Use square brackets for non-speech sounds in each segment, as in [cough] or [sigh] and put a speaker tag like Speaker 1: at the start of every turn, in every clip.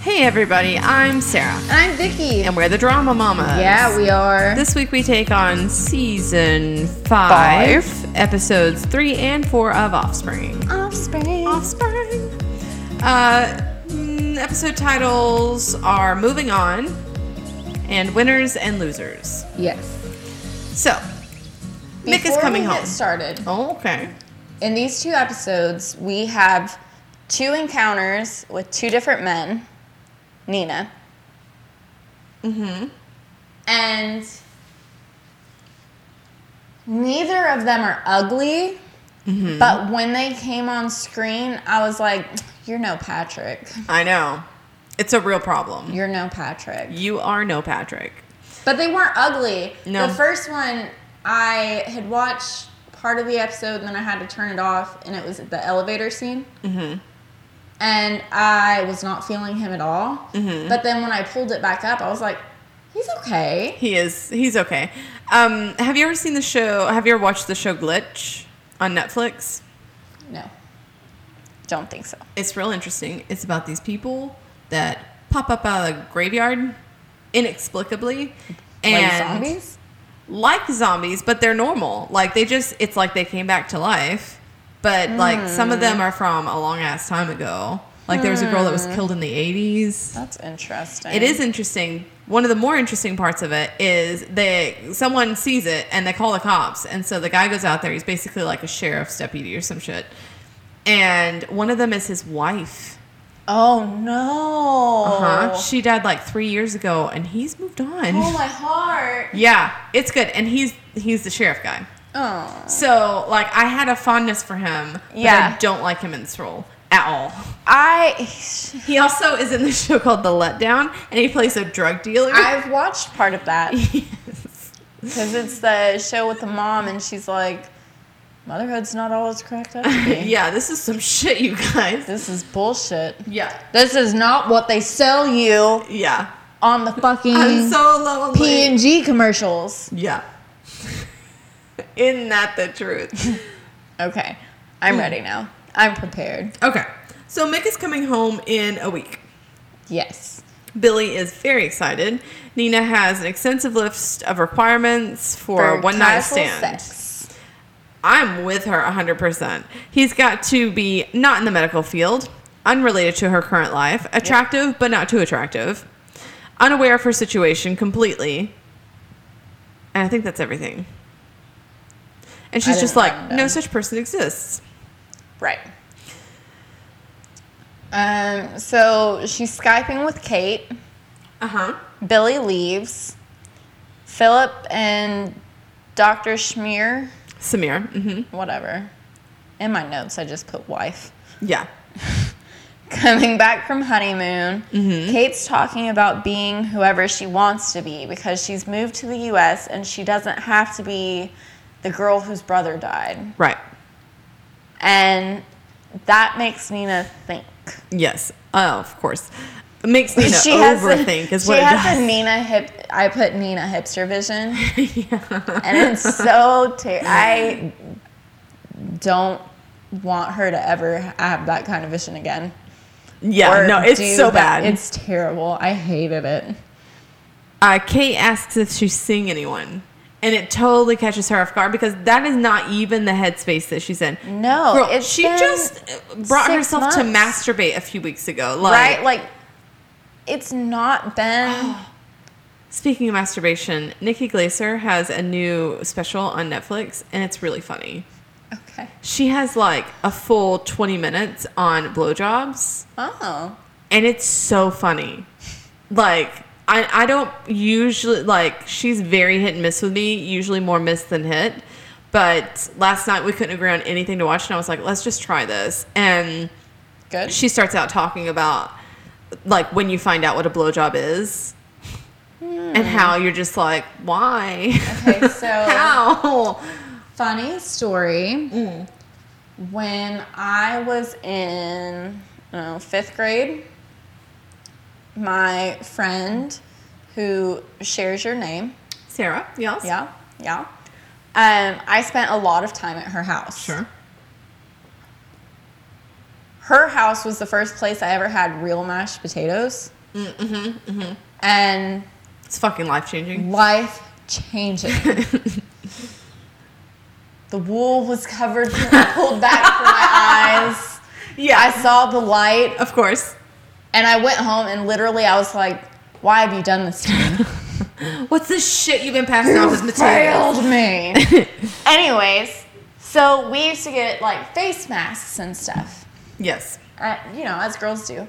Speaker 1: Hey everybody, I'm Sarah,
Speaker 2: I'm Vicky.
Speaker 1: and we're the Drama Mamas.
Speaker 2: yeah, we are.
Speaker 1: This week we take on season five, episodes three and four of Offspring.
Speaker 2: offspring.
Speaker 1: Offspring. Uh, mm, episode titles are Moving On and Winners and Losers.
Speaker 2: Yes.
Speaker 1: So, Mick is
Speaker 2: Before
Speaker 1: coming
Speaker 2: we
Speaker 1: home.
Speaker 2: Get started.
Speaker 1: Oh, okay.
Speaker 2: In these two episodes, we have two encounters with two different men, Nina. Mm-hmm. And neither of them are ugly,
Speaker 1: Mm-hmm.
Speaker 2: but when they came on screen, I was like, "You're no Patrick.
Speaker 1: I know. It's a real problem.
Speaker 2: You're no Patrick."
Speaker 1: You are no Patrick.
Speaker 2: But they weren't ugly.
Speaker 1: No.
Speaker 2: The first one, I had watched part of the episode and then I had to turn it off, and it was the elevator scene. Mm-hmm. And I was not feeling him at all. Mm-hmm. But then when I pulled it back up, I was like, he's okay.
Speaker 1: He is. He's okay. Um, have you ever seen the show? Have you ever watched the show Glitch on Netflix?
Speaker 2: No. Don't think so.
Speaker 1: It's real interesting. It's about these people that pop up out of the graveyard inexplicably. And
Speaker 2: like zombies?
Speaker 1: like zombies, but they're normal. Like they just, it's like they came back to life. But like some of
Speaker 2: Hmm.
Speaker 1: them are from a long ass time ago. Like there was a girl that was killed in the 80s.
Speaker 2: That's interesting.
Speaker 1: It is interesting. One of the more interesting parts of it is they someone sees it and they call the cops, and so the guy goes out there. He's basically like a sheriff's deputy or some shit, and one of them is his wife.
Speaker 2: Oh, no.
Speaker 1: Huh? She died like three years ago, and he's moved on.
Speaker 2: Oh, my heart.
Speaker 1: [laughs] yeah, it's good, and he's he's the sheriff guy.
Speaker 2: Oh.
Speaker 1: So like, I had a fondness for him. but
Speaker 2: Yeah.
Speaker 1: I don't like him in this role at all.
Speaker 2: I.
Speaker 1: He also is in this [laughs] show called The Letdown, and he plays a drug dealer. [laughs]
Speaker 2: I've watched part of that. Because it's the show with the mom, and she's like, motherhood's not always cracked up
Speaker 1: [laughs]
Speaker 2: to be.
Speaker 1: yeah, this is some shit, you guys.
Speaker 2: This is bullshit.
Speaker 1: Yeah.
Speaker 2: This is not what they sell you
Speaker 1: Yeah.
Speaker 2: on the fucking
Speaker 1: I'm so lonely.
Speaker 2: P&G commercials.
Speaker 1: yeah. [laughs] Isn't that the
Speaker 2: [laughs]
Speaker 1: truth?
Speaker 2: Okay, I'm ready now. I'm prepared.
Speaker 1: okay. So Mick is coming home in a week.
Speaker 2: Yes.
Speaker 1: Billy is very excited. Nina has an extensive list of requirements for,
Speaker 2: For
Speaker 1: one night
Speaker 2: casual
Speaker 1: stand.
Speaker 2: sex.
Speaker 1: I'm with her 100%. He's got to be not in the medical field, unrelated to her current life, attractive but not too attractive, unaware of her situation completely. And I think that's everything. And she's
Speaker 2: didn't
Speaker 1: just like,
Speaker 2: write it
Speaker 1: no
Speaker 2: down.
Speaker 1: such person exists.
Speaker 2: Right. Um, so she's Skyping with Kate.
Speaker 1: Uh huh.
Speaker 2: Billy leaves. Philip and Dr. Schmier,
Speaker 1: Samir. hmm
Speaker 2: whatever. In my notes, I just put wife. [laughs]
Speaker 1: Yeah.
Speaker 2: Coming back from honeymoon,
Speaker 1: Mm-hmm.
Speaker 2: Kate's talking about being whoever she wants to be because she's moved to the US and she doesn't have to be the girl whose brother died.
Speaker 1: Right.
Speaker 2: And that makes Nina think.
Speaker 1: Yes. Oh, of course. It
Speaker 2: [laughs]
Speaker 1: makes Nina
Speaker 2: she has a-
Speaker 1: overthink is what
Speaker 2: she
Speaker 1: it
Speaker 2: has
Speaker 1: does.
Speaker 2: a Nina hip. I put Nina
Speaker 1: [laughs]
Speaker 2: hipster vision. [laughs]
Speaker 1: yeah.
Speaker 2: and it's so ter- I don't want her to ever have that kind of vision again.
Speaker 1: [laughs] Yeah,
Speaker 2: Or
Speaker 1: No,
Speaker 2: do
Speaker 1: it's so
Speaker 2: that.
Speaker 1: bad.
Speaker 2: It's terrible. I hated it.
Speaker 1: uh, Kate asks if she's seeing anyone. And it totally catches her off guard because that is not even the headspace that she's in.
Speaker 2: No,
Speaker 1: Girl,
Speaker 2: it's
Speaker 1: she
Speaker 2: been
Speaker 1: just brought
Speaker 2: six
Speaker 1: herself to
Speaker 2: months.
Speaker 1: masturbate a few weeks ago. Like,
Speaker 2: right? Like it's not been
Speaker 1: speaking of masturbation, Nikki Glaser has a new special on Netflix, and it's really funny.
Speaker 2: [sighs] okay.
Speaker 1: She has like a full 20 minutes on blowjobs.
Speaker 2: Oh,
Speaker 1: and it's so funny. Like I I don't usually like she's very hit and miss with me, usually more miss than hit. But last night we couldn't agree on anything to watch and I was like, let's just try this. And
Speaker 2: good.
Speaker 1: she starts out talking about like when you find out what a blowjob is and how you're just like, why?
Speaker 2: Hmm. Okay, so-
Speaker 1: [laughs] how?
Speaker 2: Funny story. When I was in I don't know, fifth grade, my friend who shares your name
Speaker 1: Sarah, yes.
Speaker 2: Yeah, yeah. Um, I spent a lot of time at her house.
Speaker 1: Sure.
Speaker 2: Her house was the first place I ever had real mashed potatoes. Mm-hmm. And
Speaker 1: It's fucking life changing.
Speaker 2: life [laughs] changing. the wool was covered, [laughs] pulled back from my eyes.
Speaker 1: Yeah,
Speaker 2: I saw the light,
Speaker 1: of course.
Speaker 2: and I went home, and literally, I was like, "Why have you done this to me?"
Speaker 1: [laughs] What's this shit you've been passing off as material?
Speaker 2: [laughs] failed me. Anyways, so we used to get like face masks and stuff,
Speaker 1: [laughs] Yes.
Speaker 2: uh, you know, as girls do,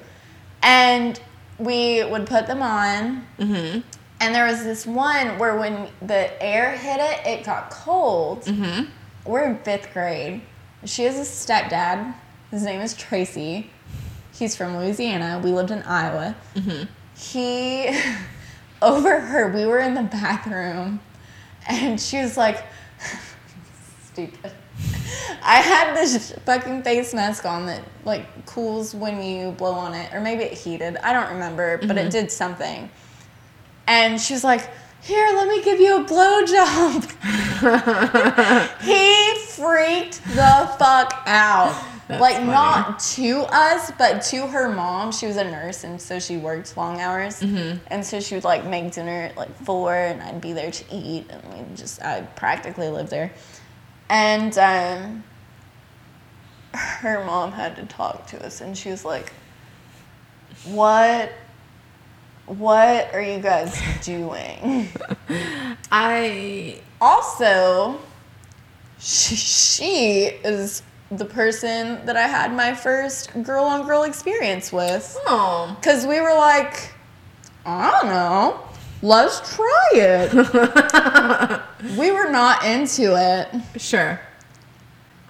Speaker 2: and we would put them on. Mm-hmm. And there was this one where when the air hit it, it got cold. Mm-hmm. We're in fifth grade. She has a stepdad. His name is Tracy. He's from Louisiana. We lived in Iowa. He [laughs] overheard, we were in the bathroom, and she was like, stupid. [laughs] I had this fucking face mask on that like cools when you blow on it, or maybe it heated. I don't remember, but
Speaker 1: Mm-hmm.
Speaker 2: it did something. And she was like, "Here, let me give you a blowjob." [laughs] he freaked the fuck out.
Speaker 1: [laughs] That's
Speaker 2: like
Speaker 1: funny.
Speaker 2: not to us, but to her mom. She was a nurse, and so she worked long hours.
Speaker 1: Mm-hmm.
Speaker 2: And so she would like make dinner at like four, and I'd be there to eat, and we just I practically lived there. And um, her mom had to talk to us, and she was like, "What, what are you guys doing?" [laughs]
Speaker 1: I
Speaker 2: also, she, she is the person that I had my first girl-on-girl experience with.
Speaker 1: oh
Speaker 2: Because we were like, I don't know, let's try it. we were not into it.
Speaker 1: sure.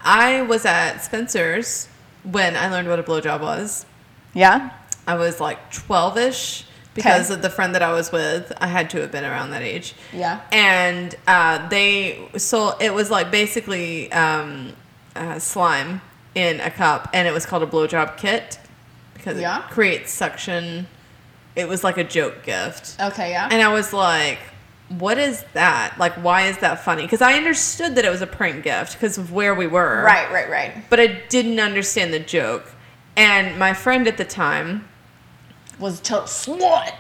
Speaker 1: I was at Spencer's when I learned what a blowjob was.
Speaker 2: Yeah?
Speaker 1: I was like 12 ish because of the friend that I was with. I had to have been around that age.
Speaker 2: Yeah.
Speaker 1: And uh, they, so it was like basically um, uh, slime in a cup and it was called a blowjob kit because
Speaker 2: Yeah.
Speaker 1: it creates suction. It was like a joke gift.
Speaker 2: Okay, yeah.
Speaker 1: And I was like, what is that? Like, why is that funny? Because I understood that it was a prank gift because of where we were.
Speaker 2: right, right, right.
Speaker 1: But I didn't understand the joke. And my friend at the time,
Speaker 2: Was told slut.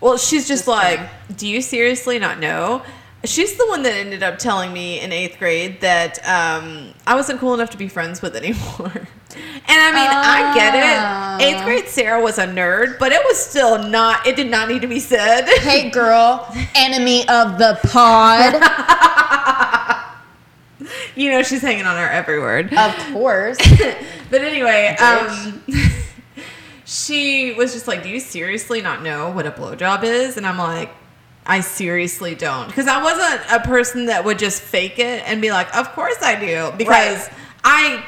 Speaker 1: well, she's just,
Speaker 2: Just
Speaker 1: like,
Speaker 2: kidding.
Speaker 1: do you seriously not know? She's the one that ended up telling me in eighth grade that um, I wasn't cool enough to be friends with anymore. [laughs] And I mean, I
Speaker 2: Ah.
Speaker 1: get it. Eighth grade Sarah was a nerd, but it was still not, it did not need to be said. [laughs]
Speaker 2: Hey, girl, enemy of the pod.
Speaker 1: you know, she's hanging on her every word.
Speaker 2: of course.
Speaker 1: but anyway,
Speaker 2: Bitch.
Speaker 1: um, [laughs] she was just like, "Do you seriously not know what a blowjob is?" And I'm like, "I seriously don't," because I wasn't a person that would just fake it and be like, "Of course I do," because I.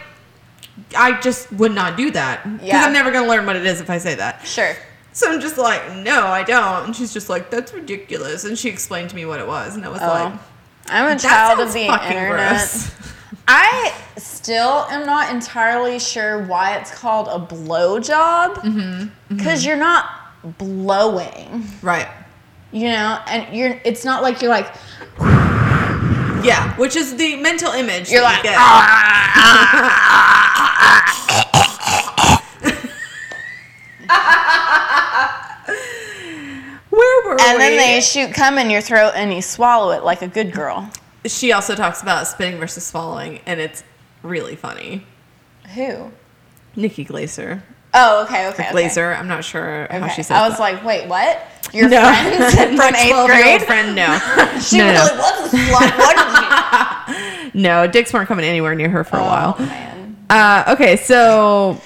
Speaker 1: I just would not do that because
Speaker 2: Yeah.
Speaker 1: I'm never going to learn what it is if I say that.
Speaker 2: Sure.
Speaker 1: So I'm just like, no, I don't. And she's just like, that's ridiculous. And she explained to me what it was, and I was like,
Speaker 2: Oh. I'm a
Speaker 1: that
Speaker 2: child of
Speaker 1: sounds
Speaker 2: the
Speaker 1: fucking
Speaker 2: internet.
Speaker 1: gross. [laughs]
Speaker 2: I still am not entirely sure why it's called a blowjob. Because you're not blowing,
Speaker 1: right?
Speaker 2: you know? And you're. it's not like you're like,
Speaker 1: Yeah, which is the mental image
Speaker 2: You're
Speaker 1: that
Speaker 2: like, "Ah,
Speaker 1: you get. Where were
Speaker 2: and
Speaker 1: we?
Speaker 2: then they shoot cum in your throat and you swallow it like a good girl.
Speaker 1: she also talks about spinning versus swallowing, and it's really funny.
Speaker 2: Who?
Speaker 1: Nikki Glaser.
Speaker 2: Oh, okay, okay. okay.
Speaker 1: Glaser. I'm not sure how
Speaker 2: Okay.
Speaker 1: she said
Speaker 2: I was
Speaker 1: that.
Speaker 2: like, wait, what? Your
Speaker 1: No. [laughs]
Speaker 2: friends from
Speaker 1: My
Speaker 2: eighth
Speaker 1: 12-year-old
Speaker 2: grade?
Speaker 1: friend, no. [laughs]
Speaker 2: [laughs] She
Speaker 1: no, no,
Speaker 2: really was a
Speaker 1: [laughs]
Speaker 2: slut, wasn't she?
Speaker 1: no. No, dicks weren't coming anywhere near her for a
Speaker 2: Oh,
Speaker 1: while.
Speaker 2: man.
Speaker 1: Uh, okay, so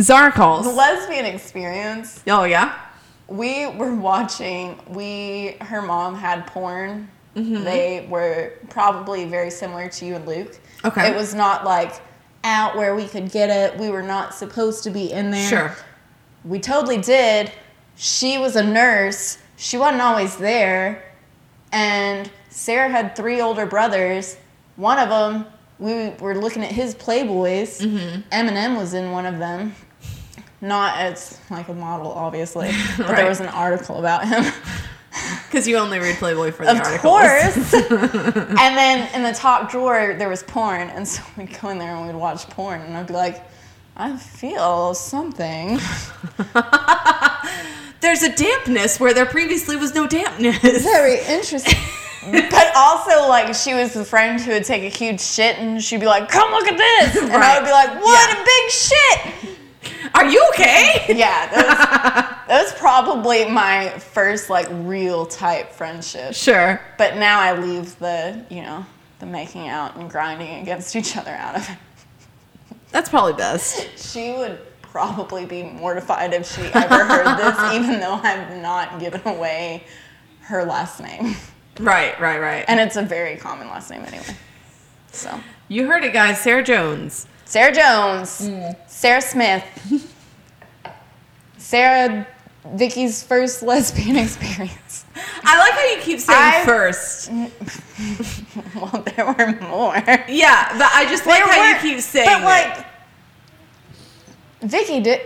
Speaker 1: Zara calls.
Speaker 2: The lesbian experience.
Speaker 1: Oh, yeah?
Speaker 2: We were watching. We her mom had porn.
Speaker 1: Mm-hmm.
Speaker 2: They were probably very similar to you and Luke.
Speaker 1: Okay.
Speaker 2: It was not like out where we could get it. We were not supposed to be in there.
Speaker 1: Sure.
Speaker 2: We totally did. She was a nurse. She wasn't always there. And Sarah had three older brothers. One of them, we were looking at his Playboys.
Speaker 1: Mm-hmm.
Speaker 2: Eminem was in one of them. Not as like a model, obviously,
Speaker 1: [laughs]
Speaker 2: but
Speaker 1: Right.
Speaker 2: there was an article about him.
Speaker 1: Because you only read Playboy for [laughs] the
Speaker 2: of
Speaker 1: articles. [laughs]
Speaker 2: course. and then in the top drawer there was porn, and so we'd go in there and we'd watch porn, and I'd be like, I feel something.
Speaker 1: There's a dampness where there previously was no dampness.
Speaker 3: Very interesting.
Speaker 2: [laughs] But also, like, she was the friend who would take a huge shit and she'd be like, come look at this. And I would be like, what
Speaker 1: Yeah.
Speaker 2: a big shit.
Speaker 1: [laughs] Are you okay?
Speaker 2: Yeah,
Speaker 3: [laughs]
Speaker 2: that was, that was probably my first, like, real type friendship.
Speaker 1: Sure.
Speaker 2: But now I leave the, you know, the making out and grinding against each other out of it.
Speaker 1: That's probably best.
Speaker 2: She would probably be mortified if she ever heard
Speaker 3: [laughs]
Speaker 2: this, even though I've not given away her last name.
Speaker 1: Right, right, right.
Speaker 2: And it's a very common last name anyway. So,
Speaker 1: you heard it, guys. Sarah Jones.
Speaker 2: Sarah Jones,
Speaker 1: Mm.
Speaker 2: Sarah Smith,
Speaker 3: Sarah, Vicky's first
Speaker 2: [laughs]
Speaker 3: lesbian experience.
Speaker 1: I like how you keep saying
Speaker 2: I-
Speaker 1: first.
Speaker 2: Well, there were more. Like
Speaker 1: Yeah, but I just like how you keep saying
Speaker 2: But
Speaker 1: it.
Speaker 2: like, Vicky did.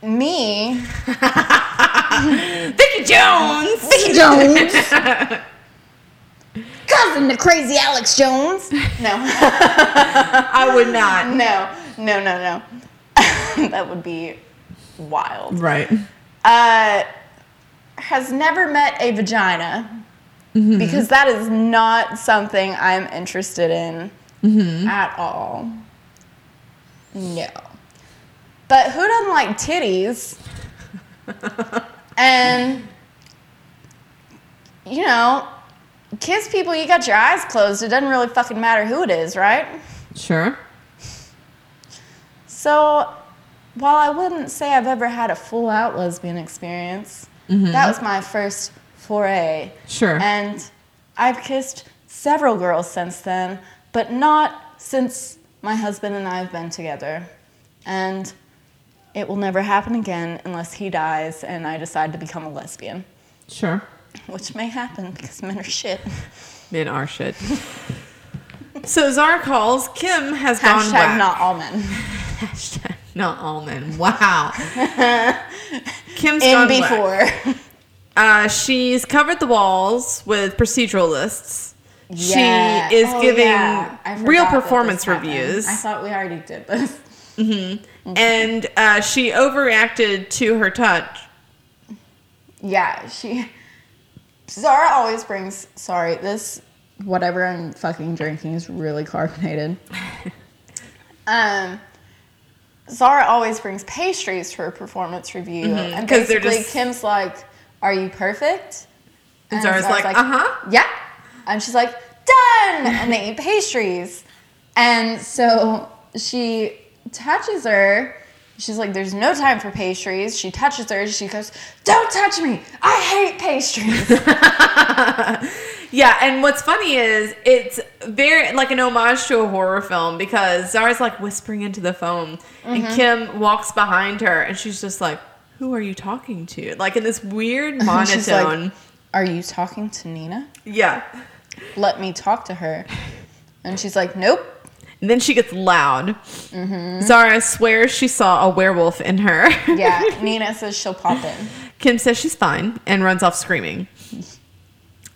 Speaker 2: Me,
Speaker 1: Vicky Jones.
Speaker 3: Vicky Jones. [laughs] Cousin to crazy Alex Jones.
Speaker 2: [laughs] no,
Speaker 1: I would not.
Speaker 2: no, no, no, no. [laughs] that would be wild.
Speaker 1: Right.
Speaker 2: Uh, has never met a vagina because that is not something I'm interested in at all. No. But who doesn't like titties? and, you know, kiss people, you got your eyes closed. It doesn't really fucking matter who it is, right?
Speaker 1: Sure.
Speaker 2: So, while I wouldn't say I've ever had a full out lesbian experience, that was my first foray.
Speaker 1: Mm-hmm. Sure.
Speaker 2: And I've kissed several girls since then, but not since my husband and I have been together. And it will never happen again unless he dies and I decide to become a lesbian,
Speaker 1: Sure.
Speaker 2: which may happen because men are shit.
Speaker 1: Men are shit. so Zara calls. Kim has gone
Speaker 2: Hashtag
Speaker 1: whack.
Speaker 2: not all men.
Speaker 1: Hashtag not all men. [laughs] Wow. Kim's
Speaker 2: In
Speaker 1: gone whack.
Speaker 2: before.
Speaker 1: Uh, she's covered the walls with procedural lists.
Speaker 2: Yeah.
Speaker 1: She is
Speaker 2: Oh,
Speaker 1: giving
Speaker 2: yeah. I forgot
Speaker 1: real
Speaker 2: that this
Speaker 1: performance
Speaker 2: happened.
Speaker 1: reviews.
Speaker 2: I thought we already did this. [laughs]
Speaker 1: and uh, she overreacted to her touch.
Speaker 2: Yeah, she. Zara always brings. Sorry, this whatever I'm fucking drinking is really carbonated.
Speaker 1: [laughs]
Speaker 2: um, Zara always brings pastries to her performance review, and
Speaker 1: Mm-hmm. 'cause they're
Speaker 2: basically
Speaker 1: just-
Speaker 2: Kim's like, "Are you perfect?"
Speaker 1: And Zara's like, "Uh-huh."
Speaker 2: yeah," and she's like, "Done," and they eat pastries, and so she touches her. She's like, "There's no time for pastries." She touches her. She goes, "Don't touch me! I hate pastries."
Speaker 1: [laughs] Yeah, and what's funny is it's very like an homage to a horror film because Zara's like whispering into the phone,
Speaker 2: Mm-hmm.
Speaker 1: and Kim walks behind her, and she's just like, "Who are you talking to?" Like in this
Speaker 2: [laughs]
Speaker 1: weird
Speaker 2: She's like,
Speaker 1: monotone.
Speaker 2: Are you talking to Nina?
Speaker 1: yeah,
Speaker 2: Let me talk to her. And she's like, Nope.
Speaker 1: and then she gets loud.
Speaker 2: Mm-hmm.
Speaker 1: Zara swears she saw a werewolf in her. [laughs]
Speaker 2: Yeah. Nina says she'll pop in.
Speaker 1: Kim says she's fine and runs off screaming.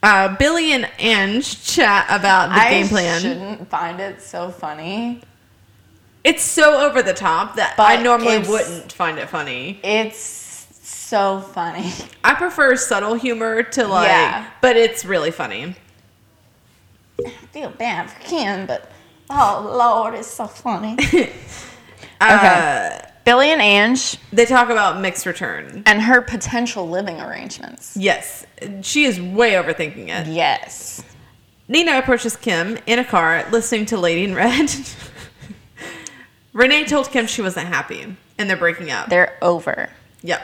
Speaker 1: Uh, Billy and Ange chat about the
Speaker 2: I
Speaker 1: game plan.
Speaker 2: shouldn't find it so funny.
Speaker 1: It's so over the top that
Speaker 2: But
Speaker 1: I normally
Speaker 2: it's-
Speaker 1: wouldn't find it funny.
Speaker 2: It's so funny. [laughs]
Speaker 1: I prefer subtle humor to like,
Speaker 2: Yeah.
Speaker 1: but it's really funny.
Speaker 2: I feel bad for Kim, but oh Lord, it's so
Speaker 1: [laughs]
Speaker 2: funny. okay.
Speaker 1: Uh,
Speaker 2: Billy and Ange
Speaker 1: They talk about mixed return.
Speaker 2: and her potential living arrangements.
Speaker 1: Yes, she is way overthinking it.
Speaker 2: Yes.
Speaker 1: Nina approaches Kim in a car, listening to Lady in Red. [laughs] Renee told Kim she wasn't happy, and they're breaking up.
Speaker 2: They're over.
Speaker 1: Yep.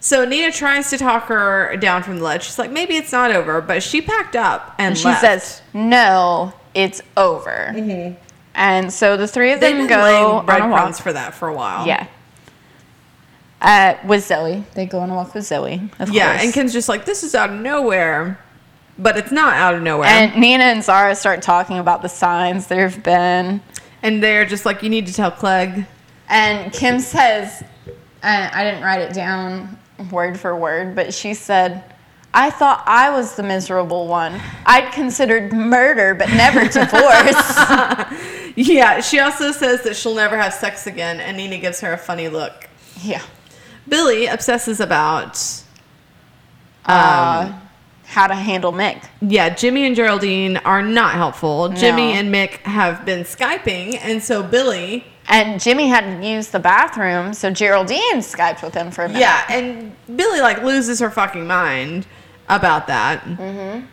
Speaker 1: So Nina tries to talk her down from the ledge. She's like, maybe it's not over, but she packed up and,
Speaker 2: And she
Speaker 1: left.
Speaker 2: says, No, it's over. And so the three of
Speaker 1: Mm-hmm. they've been
Speaker 2: them go
Speaker 1: laying
Speaker 2: on a walk.
Speaker 1: breadcrumbs for that for a while.
Speaker 2: Yeah. Uh, with Zoe, they go on a walk with Zoe. Of
Speaker 1: Yeah,
Speaker 2: course.
Speaker 1: and Kim's just like, this is out of nowhere, but it's not out of nowhere. And,
Speaker 2: And Nina and Zara start talking about the signs there have been,
Speaker 1: they're just like, you need to tell Clegg. [laughs]
Speaker 2: and Kim says,
Speaker 3: I, I didn't write it down.
Speaker 2: um, word for word, but she said, "I thought I was the miserable one. I'd considered murder, but never
Speaker 1: [laughs]
Speaker 2: divorce."
Speaker 1: Yeah, she also says that she'll never have sex again, and Nina gives her a funny look.
Speaker 2: yeah.
Speaker 1: Billy obsesses about
Speaker 2: uh, how to handle Mick.
Speaker 1: Yeah, Jimmy and Geraldine are not helpful. Jimmy
Speaker 2: No.
Speaker 1: and Mick have been Skyping, and so Billy.
Speaker 2: And Jimmy hadn't used the bathroom, so Geraldine Skyped with him for a minute.
Speaker 1: Yeah, and Billy, like, loses her fucking mind about that. Mm-hmm.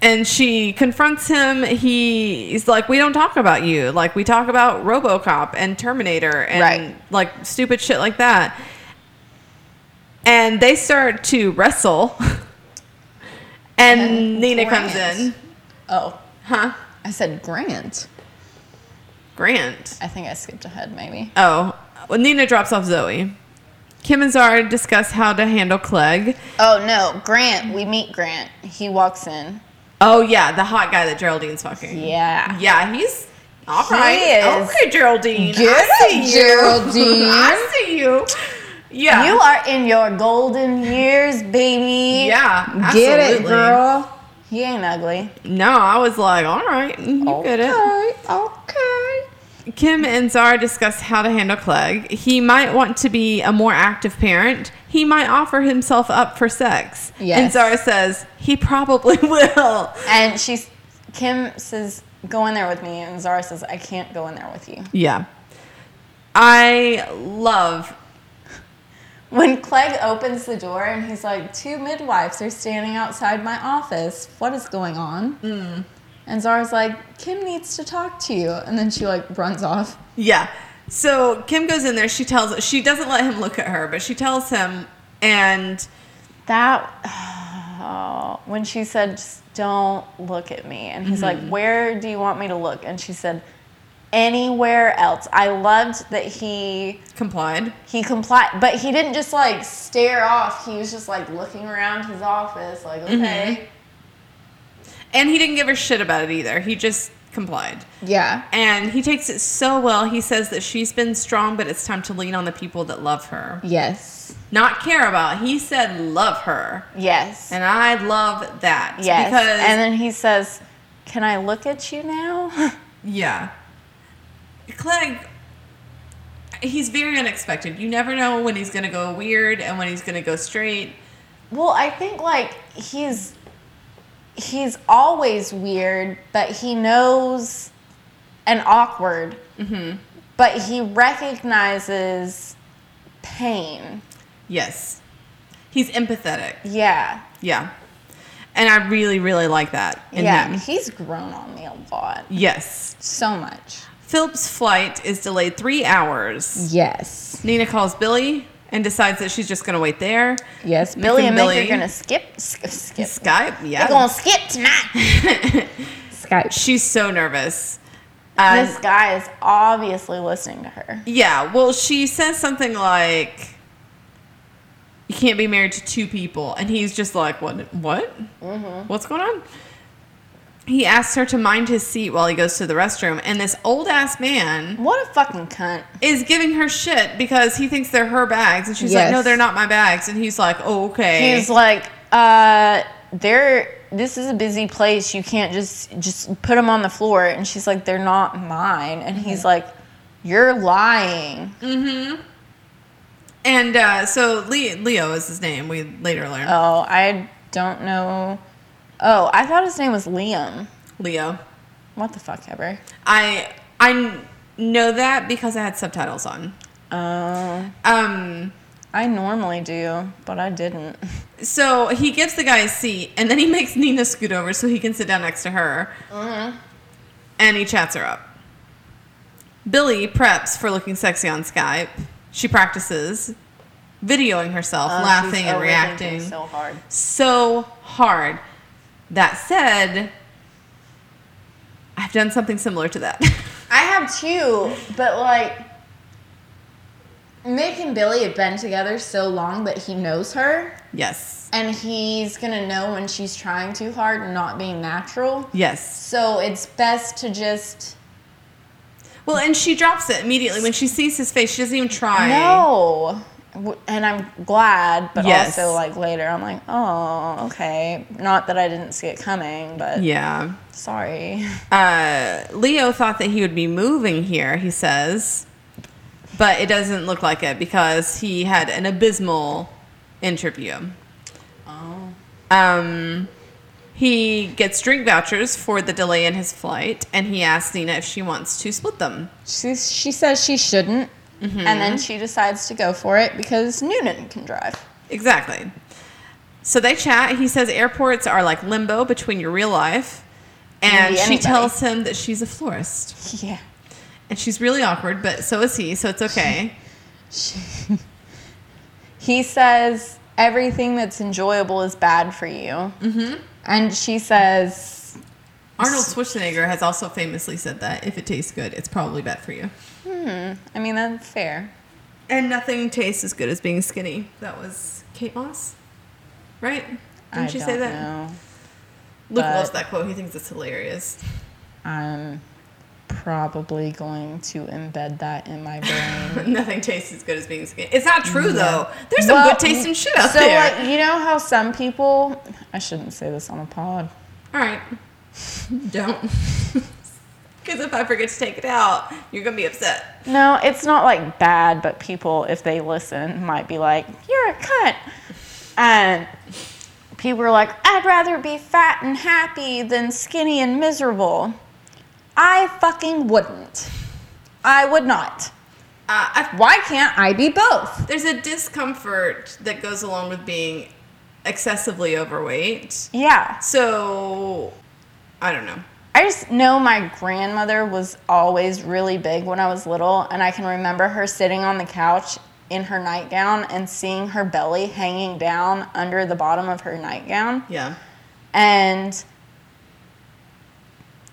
Speaker 1: And she confronts him. He, he's like, We don't talk about you. Like, we talk about Robocop and Terminator and,
Speaker 2: Right.
Speaker 1: like, stupid shit like that. And they start to wrestle. [laughs] and
Speaker 4: And
Speaker 1: Nina
Speaker 4: Grant.
Speaker 1: comes in.
Speaker 4: Oh,
Speaker 1: Huh?
Speaker 4: I said Grant.
Speaker 1: Grant.
Speaker 4: I think I skipped ahead, maybe.
Speaker 1: Oh, well, Nina drops off Zoe. Kim and Zara discuss how to handle Clegg.
Speaker 2: Oh no, Grant. We meet Grant. He walks in.
Speaker 1: Oh yeah, the hot guy that Geraldine's fucking.
Speaker 2: Yeah.
Speaker 1: Yeah, he's all
Speaker 2: He
Speaker 1: right.
Speaker 2: is.
Speaker 1: Okay, Geraldine.
Speaker 4: Get
Speaker 1: I
Speaker 4: it,
Speaker 1: see
Speaker 4: Geraldine.
Speaker 1: You. [laughs] I see you. Yeah.
Speaker 2: You are in your golden years, baby.
Speaker 1: yeah. Absolutely.
Speaker 4: Get it, girl.
Speaker 2: He ain't ugly.
Speaker 1: No, I was like, all right, you get it.
Speaker 4: Okay.
Speaker 1: Kim and Zara discuss how to handle Clegg. He might want to be a more active parent. He might offer himself up for sex. And
Speaker 4: Yes.
Speaker 1: Zara says, he probably [laughs] will.
Speaker 2: And she's Kim says, "Go in there with me," and Zara says, "I can't go in there with you."
Speaker 1: Yeah. I love
Speaker 2: When Clegg
Speaker 4: opens the door and he's like, Two midwives are standing outside my office. What is going on? And Zara's like, Kim needs to talk to you. And then she like runs off.
Speaker 1: yeah. So Kim goes in there, she tells she doesn't let him look at her, but she tells him and
Speaker 2: that oh, [sighs] when she said, "Just don't look at me," and he's like, "Where do you want me to look?" And she said, "Anywhere else." I loved that he
Speaker 1: complied.
Speaker 2: he complied, but he didn't just like stare off. He was just like looking around his office, like, "Okay."
Speaker 1: And he didn't give a shit about it either. He just complied.
Speaker 4: Yeah.
Speaker 1: And he takes it so well. He says that she's been strong, but it's time to lean on the people that love her.
Speaker 4: Yes.
Speaker 1: Not care about. He said love her.
Speaker 2: Yes.
Speaker 1: And I love that.
Speaker 2: Yes.
Speaker 1: Because
Speaker 2: and then he says, Can I look at you now? [laughs]
Speaker 1: Yeah. Clegg, he's very unexpected. You never know when he's going to go weird and when he's going to go straight.
Speaker 2: well, I think like he's he's always weird, but he knows and awkward. Mm-hmm. But he recognizes pain.
Speaker 1: Yes. He's empathetic.
Speaker 2: Yeah.
Speaker 1: Yeah. And I really, really like that in
Speaker 2: yeah.
Speaker 1: him.
Speaker 2: He's grown on me a lot.
Speaker 1: Yes.
Speaker 4: So much.
Speaker 1: Philip's flight is delayed three hours.
Speaker 4: Yes.
Speaker 1: Nina calls Billy and decides that she's just going to wait there.
Speaker 4: Yes.
Speaker 1: Mick
Speaker 2: Billy and Mick
Speaker 1: Billy.
Speaker 2: are gonna skip skip skip.
Speaker 1: Skype.
Speaker 2: They're
Speaker 1: Yeah. [laughs]
Speaker 2: gonna skip tonight.
Speaker 4: Skype.
Speaker 1: she's so nervous. Um, And-
Speaker 2: this guy is obviously listening to her.
Speaker 1: Yeah, well, she says something like, "You can't be married to two people," and he's just like, "What? What?
Speaker 2: Mm-hmm.
Speaker 1: What's going on?" He asks her to mind his seat while he goes to the restroom, and this old ass man
Speaker 2: What a fucking cunt.
Speaker 1: is giving her shit because he thinks they're her bags, and she's like, "No,
Speaker 4: Yes.
Speaker 1: they're not my bags," and he's like, "Oh, okay."
Speaker 2: He's like, uh, they're this is a busy place. You can't just just put them on the floor. And she's like, they're not mine. And
Speaker 4: Mm-hmm.
Speaker 2: he's like, you're lying.
Speaker 1: and uh, so Le- Leo is his name. We later learn
Speaker 2: Oh, I don't know. Oh, I thought his name was Liam.
Speaker 1: Leo.
Speaker 2: What the fuck ever.
Speaker 1: I I know that because I had subtitles on.
Speaker 2: Oh,
Speaker 4: Uh,
Speaker 1: Um.
Speaker 2: I normally do, but
Speaker 4: [laughs]
Speaker 2: I didn't.
Speaker 1: So he gives the guy a seat, and then he [laughs] makes Nina scoot over so he can sit down next to her.
Speaker 2: Uh-huh.
Speaker 1: And he chats her up. Billy preps for looking sexy on Skype. She practices, videoing herself,
Speaker 2: Oh, she's
Speaker 1: laughing and
Speaker 2: overthinking
Speaker 1: reacting
Speaker 2: so hard.
Speaker 1: so hard. That said, I've done something similar to that. [laughs]
Speaker 2: I have two, but like,
Speaker 4: Mick and Billy have been together so long that he knows her.
Speaker 1: yes.
Speaker 4: And he's gonna know when she's trying too hard and not being natural.
Speaker 1: Yes.
Speaker 4: So it's best to just
Speaker 1: Well, and she drops it immediately when she sees his face. She doesn't even try.
Speaker 2: no. W- And I'm glad, but
Speaker 1: Yes.
Speaker 2: also like later, I'm like, oh, okay. Not that I didn't see it coming, but
Speaker 1: Yeah.
Speaker 2: sorry.
Speaker 1: Uh, Leo thought that he would be moving here, he says. But it doesn't look like it because he had an abysmal interview. Oh. Um, he gets drink vouchers for the delay in his flight, and he asks Nina if she wants to split them.
Speaker 5: She, she says she shouldn't.
Speaker 1: Mm-hmm.
Speaker 2: And then she decides to go for it because Noonan can drive. [laughs]
Speaker 1: Exactly. So they chat. He says airports are like limbo between your real life. And
Speaker 2: be
Speaker 1: she
Speaker 2: anybody.
Speaker 1: tells him that she's a florist.
Speaker 2: Yeah.
Speaker 1: And she's really awkward, but so is he, so it's okay.
Speaker 2: [laughs] He says everything that's enjoyable is bad for you. Mm-hmm. And she says,
Speaker 1: Arnold Schwarzenegger has also famously said that if it tastes good, it's probably bad for you.
Speaker 2: I mean, that's fair.
Speaker 1: And nothing tastes as good as being skinny. That was Kate Moss, right? Didn't
Speaker 2: I
Speaker 1: she
Speaker 2: don't
Speaker 1: say that?
Speaker 2: Know.
Speaker 1: Luke
Speaker 2: but-
Speaker 1: loves that quote. He thinks it's hilarious. [laughs]
Speaker 2: I'm probably going to embed that in my brain.
Speaker 1: nothing tastes as good as being skinny. It's not true though. There's [laughs] some
Speaker 2: Well,
Speaker 1: good tasting shit out
Speaker 2: so
Speaker 1: there.
Speaker 2: like you know how some people I shouldn't say this on a pod.
Speaker 1: All right. [laughs] Don't. [laughs] Because if I forget to take it out, you're going to be upset.
Speaker 2: No, it's not like bad, but people if they listen might be like, "You're a cunt." And people are like, "I'd rather be fat and happy than skinny and miserable." I fucking wouldn't. I would not.
Speaker 1: Uh, I,
Speaker 5: Why can't I be both?
Speaker 1: there's a discomfort that goes along with being excessively overweight.
Speaker 2: Yeah.
Speaker 1: So, I don't know.
Speaker 2: I just know my grandmother was always really big when I was little, and I can remember her sitting on the couch in her nightgown and seeing her belly hanging down under the bottom of her nightgown.
Speaker 1: Yeah.
Speaker 2: And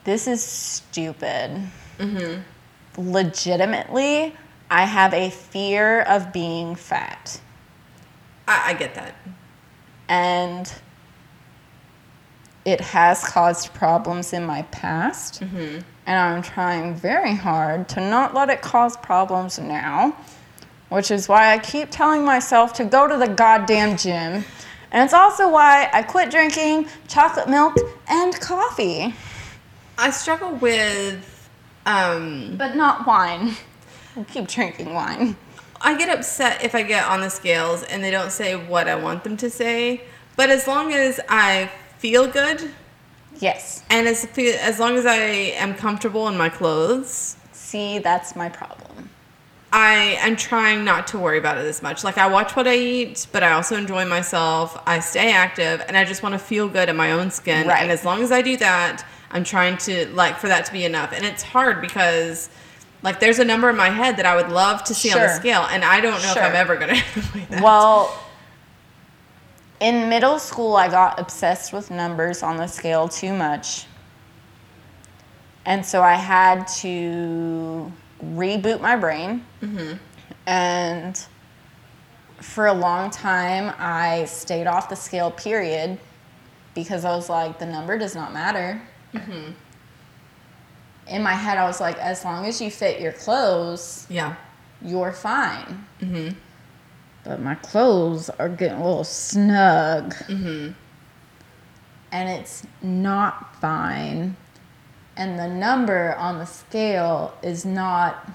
Speaker 2: this is stupid. Legitimately, I have a fear of being fat.
Speaker 1: I, I get that.
Speaker 2: and it has caused problems in my past. And I'm trying very hard to not let it cause problems now, which is why I keep telling myself to go to the goddamn gym. And it's also why I quit drinking chocolate milk and coffee,
Speaker 1: I struggle with. Um,
Speaker 2: but not wine. I keep drinking wine.
Speaker 1: I get upset if I get on the scales and they don't say what I want them to say. But as long as I feel good
Speaker 2: Yes.
Speaker 1: and as, fe- as long as I am comfortable in my clothes,
Speaker 2: See, that's my problem.
Speaker 1: I am trying not to worry about it as much. Like I watch what I eat, but I also enjoy myself. I stay active, and I just want to feel good in my own skin.
Speaker 2: Right.
Speaker 1: And as long as I do that, I'm trying to like for that to be enough. And it's hard because like there's a number in my head that I would love to see on the
Speaker 2: Sure.
Speaker 1: scale, and I don't know
Speaker 2: Sure.
Speaker 1: if I'm ever gonna [laughs] like that.
Speaker 2: Well, in middle school, I got obsessed with numbers on the scale too much. And so I had to reboot my brain. And for a long time, I stayed off the scale, period, because I was like, the number does not matter. In my head, I was like, as long as you fit your clothes,
Speaker 1: yeah,
Speaker 2: you're fine.
Speaker 5: But my clothes are getting a little snug.
Speaker 2: and it's not fine. And the number on the scale is not.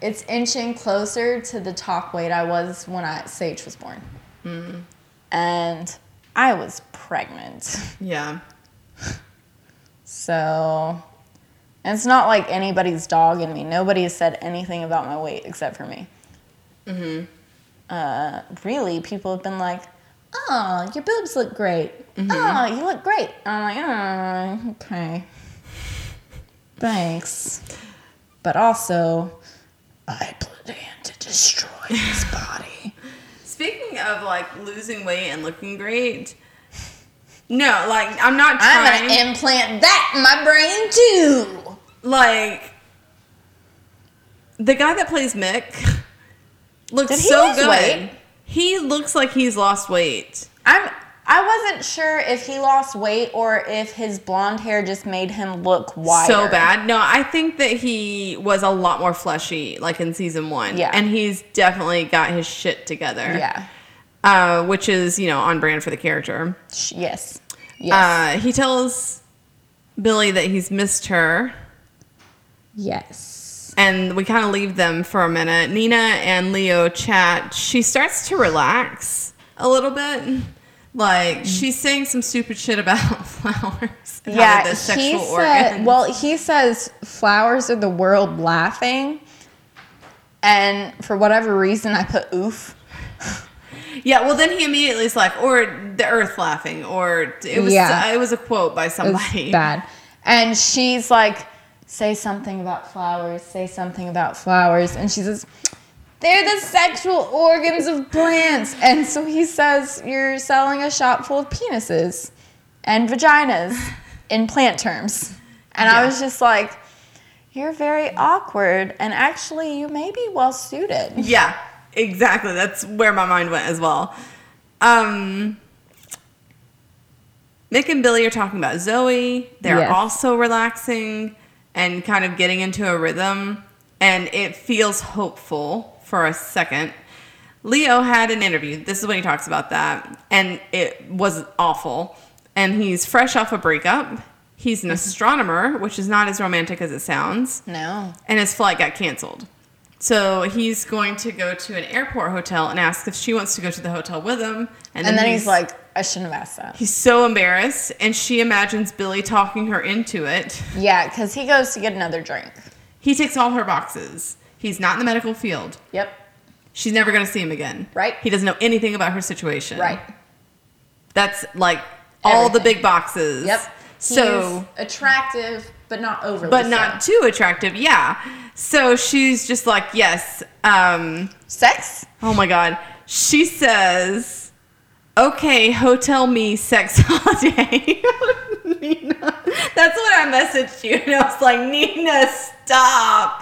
Speaker 2: It's inching closer to the top weight I was when I Sage was born. And I was pregnant. [laughs]
Speaker 1: yeah,
Speaker 2: So and it's not like anybody's dog in me. Nobody has said anything about my weight except for me. Mm-hmm. Uh, really, people have been like, "Oh, your boobs look great. Oh, you look great." I'm like, "Oh, okay, thanks," but also, I plan to destroy this body.
Speaker 1: Speaking of like losing weight and looking great, no, like I'm not trying.
Speaker 2: I'm gonna implant that in my brain too.
Speaker 1: like the guy that plays Mick [laughs] looks
Speaker 2: Did he
Speaker 1: so
Speaker 2: lose
Speaker 1: good.
Speaker 2: weight?
Speaker 1: He looks like he's lost weight.
Speaker 2: I'm I wasn't sure if he lost weight or if his blonde hair just made him look wider.
Speaker 1: So bad. No, I think that he was a lot more fleshy, like in season one.
Speaker 2: Yeah.
Speaker 1: And he's definitely got his shit together.
Speaker 2: Yeah.
Speaker 1: Uh, which is, you know, on brand for the character.
Speaker 2: Sh- Yes. Yes.
Speaker 1: Uh, he tells Billy that he's missed her.
Speaker 5: Yes.
Speaker 1: and we kind of leave them for a minute. Nina and Leo chat. She starts to relax a little bit. Like
Speaker 2: Mm.
Speaker 1: she's saying some stupid shit about [laughs] flowers. and how
Speaker 2: yeah,
Speaker 1: they're the
Speaker 2: he
Speaker 1: sexual
Speaker 2: said.
Speaker 1: organs.
Speaker 2: Well, he says flowers are the world laughing, and for whatever reason, I put oof. [laughs]
Speaker 1: yeah. Well, then he immediately is like, or the earth laughing, or it was
Speaker 2: Yeah.
Speaker 1: it was a quote by
Speaker 2: It was [laughs]
Speaker 1: somebody.
Speaker 2: bad, and she's like, "Say something about flowers. Say something about flowers." And she says, "They're the sexual organs of plants." And so he says, "You're selling a shop full of penises and [laughs] vaginas in plant terms." And I
Speaker 1: Yeah.
Speaker 2: was just like. You're very awkward, and actually, you may be well suited. [laughs]
Speaker 1: Yeah, exactly. That's where my mind went as well. Um, Mick and Billy are talking about Zoe. They're
Speaker 6: Yes.
Speaker 1: also relaxing and kind of getting into a rhythm, and it feels hopeful for a second. Leo had an interview. This is when he talks about that, and it was awful. And he's fresh off a breakup. He's an astronomer, which is not as romantic as it sounds
Speaker 2: No.
Speaker 1: and his flight got canceled. So he's going to go to an airport hotel and ask if she wants to go to the hotel with him.
Speaker 2: And, then he's, like, I shouldn't have asked [laughs] that.
Speaker 1: he's so embarrassed, and she imagines Billy talking her into it.
Speaker 2: Yeah, because he goes to get another drink.
Speaker 1: He takes all her boxes. He's not in the medical field.
Speaker 2: Yep.
Speaker 1: She's never going to see him again.
Speaker 2: Right.
Speaker 1: He doesn't know anything about her situation.
Speaker 2: Right.
Speaker 1: That's like all the
Speaker 2: Everything.
Speaker 1: big boxes.
Speaker 2: Yep.
Speaker 1: So
Speaker 6: He's attractive, but not overly.
Speaker 1: but not
Speaker 6: so.
Speaker 1: too attractive. Yeah. So she's just like, "Yes, um
Speaker 2: Sex?
Speaker 1: Oh my god. She says, "Okay, hotel me sex [laughs] holiday." [laughs] Nina, that's what I messaged you, and I was like, "Nina, stop."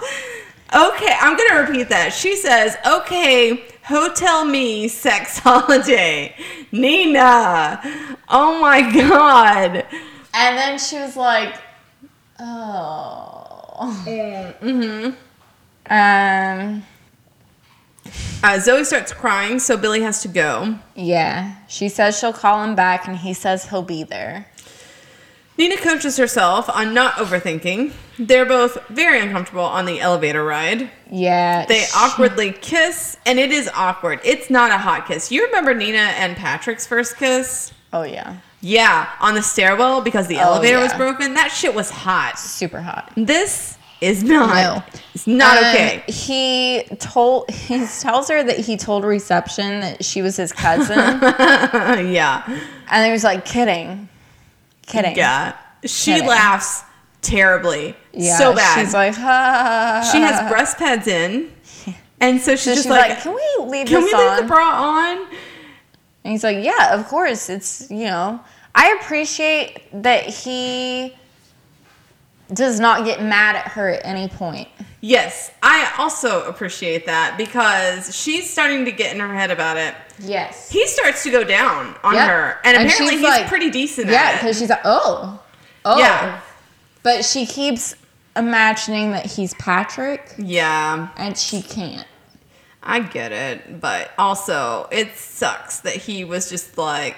Speaker 1: Okay, I'm gonna repeat that. She says, "Okay, hotel me sex [laughs] holiday." Nina, oh my god.
Speaker 2: And then she was like, oh.
Speaker 1: Eh.
Speaker 2: Mm-hmm. Um,
Speaker 1: Uh, Zoe starts crying, so Billy has to go.
Speaker 2: yeah. She says she'll call him back, and he says he'll be there.
Speaker 1: Nina coaches herself on not overthinking. They're both very uncomfortable on the elevator ride.
Speaker 2: Yeah.
Speaker 1: They
Speaker 2: sh-
Speaker 1: awkwardly kiss, and it is awkward. It's not a hot kiss. You remember Nina and Patrick's first kiss?
Speaker 2: Oh, yeah.
Speaker 1: Yeah, on the stairwell because the elevator was
Speaker 2: Oh, yeah.
Speaker 1: broken. That shit was hot.
Speaker 2: Super hot.
Speaker 1: This is not.
Speaker 2: No.
Speaker 1: It's not
Speaker 2: Um,
Speaker 1: okay. [laughs]
Speaker 2: He told he tells her that he told reception that she was his cousin,
Speaker 1: [laughs] yeah.
Speaker 2: and he was like kidding, kidding.
Speaker 1: Yeah. She
Speaker 2: Kidding.
Speaker 1: laughs terribly.
Speaker 2: Yeah,
Speaker 1: so bad.
Speaker 2: She's like, [laughs] ha.
Speaker 1: she
Speaker 2: [laughs]
Speaker 1: has breast pads in. And so she's
Speaker 2: So
Speaker 1: just
Speaker 2: she's
Speaker 1: like,
Speaker 2: like, can we leave
Speaker 1: Can we
Speaker 2: this
Speaker 1: leave
Speaker 2: on?
Speaker 1: the bra on?
Speaker 2: and he's like, yeah, of course. It's you know, I appreciate that he does not get mad at her at any point.
Speaker 1: Yes, I also appreciate that because she's starting to get in her head about it.
Speaker 2: Yes.
Speaker 1: He starts to go down on
Speaker 2: Yep.
Speaker 1: her, and,
Speaker 2: And
Speaker 1: apparently
Speaker 2: she's
Speaker 1: he's
Speaker 2: like-
Speaker 1: pretty decent
Speaker 2: Yeah,
Speaker 1: at it.
Speaker 2: because she's like, oh, oh.
Speaker 1: Yeah.
Speaker 2: But she keeps imagining that he's Patrick,
Speaker 1: Yeah,
Speaker 2: and she can't.
Speaker 1: I get it, but also it sucks that he was just like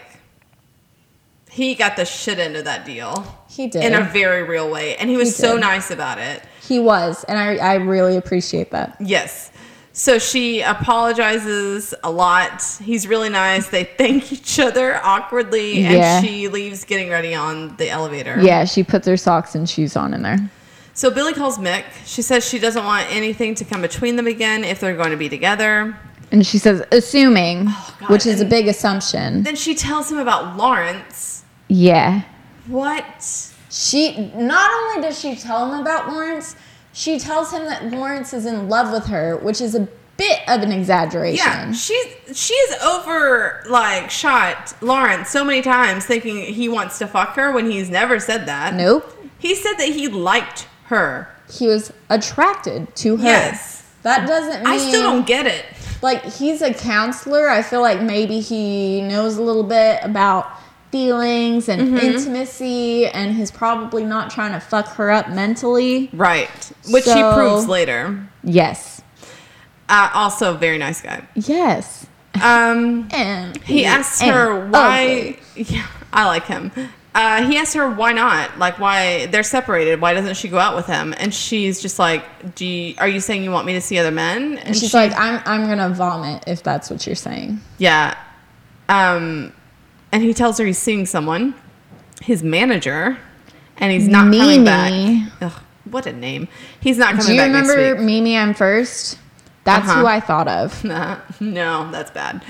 Speaker 1: he got the shit into that deal
Speaker 2: He did.
Speaker 1: in a very real way, and he was so
Speaker 2: did.
Speaker 1: nice about it.
Speaker 2: he was, and I I really appreciate that.
Speaker 1: Yes. So she apologizes a lot. He's really nice. They [laughs] thank each other awkwardly,
Speaker 2: Yeah.
Speaker 1: and she leaves getting ready on the elevator.
Speaker 2: Yeah, she puts her socks and shoes on in there.
Speaker 1: So Billy calls Mick. She says she doesn't want anything to come between them again if they're going to be together.
Speaker 2: And she says, assuming,
Speaker 1: Oh, God,
Speaker 2: which is a
Speaker 1: and-
Speaker 2: big assumption.
Speaker 1: Then she tells him about Lawrence.
Speaker 2: Yeah.
Speaker 1: What?
Speaker 6: She not only does she tell him about Lawrence, she tells him that Lawrence is in love with her, which is a bit of an exaggeration.
Speaker 1: Yeah, she's she's over like shot Lawrence so many times thinking he wants to fuck her when he's never said that.
Speaker 6: Nope.
Speaker 1: He said that he liked her.
Speaker 6: He was attracted to her.
Speaker 1: Yes.
Speaker 6: That doesn't mean
Speaker 1: I still don't get it.
Speaker 6: like he's a counselor. I feel like maybe he knows a little bit about feelings and
Speaker 1: Mm-hmm.
Speaker 6: intimacy and he's probably not trying to fuck her up mentally.
Speaker 1: Right. Which he
Speaker 6: So-
Speaker 1: proves later.
Speaker 6: Yes.
Speaker 1: Uh, also, very
Speaker 6: [laughs]
Speaker 1: nice guy.
Speaker 6: Yes.
Speaker 1: Um,
Speaker 6: And
Speaker 1: he asks
Speaker 6: and
Speaker 1: her
Speaker 6: ugly.
Speaker 1: [laughs] why. Yeah, I like him. uh, he asks her why not like why they're separated why doesn't she go out with him and she's just like do you, are you saying you want me to see other men
Speaker 2: And she's
Speaker 1: she-
Speaker 2: like, I'm, I'm going to vomit if that's what you're saying.
Speaker 1: yeah um and he tells her he's seeing someone his manager and he's not coming
Speaker 2: Mimi.
Speaker 1: back Ugh, what a name he's not coming
Speaker 2: Do you
Speaker 1: back next
Speaker 2: remember
Speaker 1: week [laughs]
Speaker 2: Mimi I'm First? That's
Speaker 1: Uh-huh.
Speaker 2: who I thought of.
Speaker 1: Nah, no that's
Speaker 2: [laughs]
Speaker 1: bad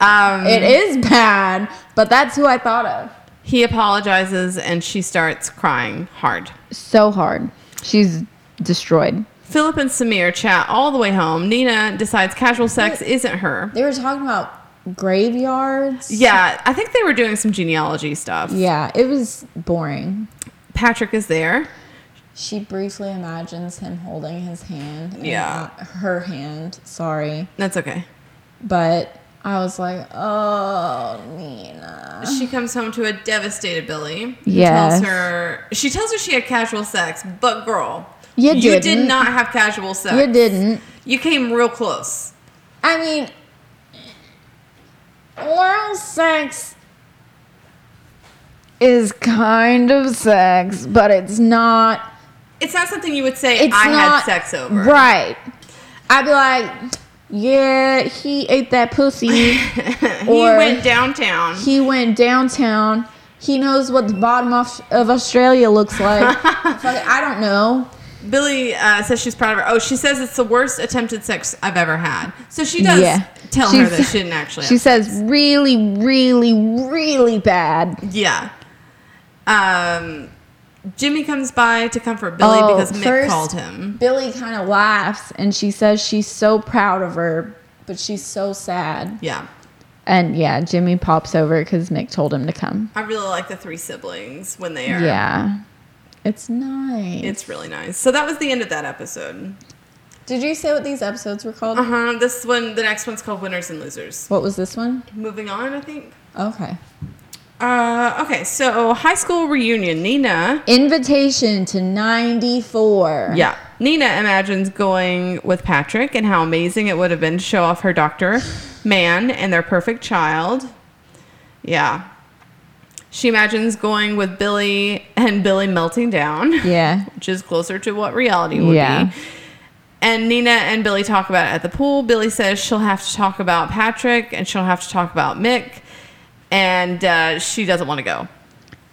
Speaker 1: um
Speaker 2: It is bad, but that's who I thought of.
Speaker 1: he apologizes and she starts crying hard
Speaker 2: So hard. She's destroyed.
Speaker 1: Philip and Samir chat all the way home. Nina decides casual sex isn't her.
Speaker 2: They were talking about graveyards.
Speaker 1: Yeah, I think they were doing some genealogy stuff.
Speaker 2: Yeah, it was boring.
Speaker 1: Patrick is there.
Speaker 2: She briefly imagines him holding his hand. and
Speaker 1: Yeah.
Speaker 2: not her hand, sorry.
Speaker 1: That's okay.
Speaker 2: But I was like, oh, Nina.
Speaker 1: She comes home to a devastated Billy. who
Speaker 2: Uh-huh. Yes.
Speaker 1: Tells her she tells her she had casual sex, but girl,
Speaker 2: You
Speaker 1: did
Speaker 2: didn't.
Speaker 1: not have casual sex.
Speaker 2: You didn't.
Speaker 1: You came real close.
Speaker 2: I mean, oral sex is kind of sex, but it's not.
Speaker 1: It's not something you would say
Speaker 2: It's
Speaker 1: I
Speaker 2: not
Speaker 1: had sex over.
Speaker 2: Right. I'd be like, yeah, he ate
Speaker 1: [laughs]
Speaker 2: that pussy.
Speaker 1: He
Speaker 2: Or-
Speaker 1: went downtown.
Speaker 2: he went downtown. He knows what the bottom of, of Australia looks
Speaker 1: [laughs]
Speaker 2: like. Fuck it, I don't know.
Speaker 1: Billy uh, says she's proud of her. Oh, she says it's the worst attempted sex I've ever had. So she does tell her that she didn't
Speaker 2: [laughs]
Speaker 1: actually.
Speaker 2: She says really, really, really bad.
Speaker 1: yeah. Um, Jimmy comes by to comfort Billy
Speaker 2: Oh,
Speaker 1: because Mick
Speaker 2: first-
Speaker 1: called him.
Speaker 2: Billy kind of laughs and she says she's so proud of her, but she's so sad.
Speaker 1: Yeah.
Speaker 2: And yeah, Jimmy pops over because Mick told him to come.
Speaker 1: I really like the three siblings when they are.
Speaker 2: Yeah. It's nice.
Speaker 1: It's really nice. So that was the end of that episode.
Speaker 2: Did you say what these episodes were called?
Speaker 1: Uh huh. This one, the next one's called Winners and Losers.
Speaker 2: What was this one?
Speaker 1: Moving on, I think.
Speaker 2: Okay.
Speaker 1: Uh, okay, so high school reunion. Nina
Speaker 2: Invitation to 94.
Speaker 1: Yeah. Nina imagines going with Patrick and how amazing it would have been to show off her doctor man and their perfect child. Yeah. She imagines going with Billy and Billy melting down,
Speaker 2: Yeah.
Speaker 1: which is closer to what reality would
Speaker 2: Yeah.
Speaker 1: be. And Nina and Billy talk about it at the pool. Billy says she'll have to talk about Patrick and she'll have to talk about Mick. And uh, she doesn't want to go.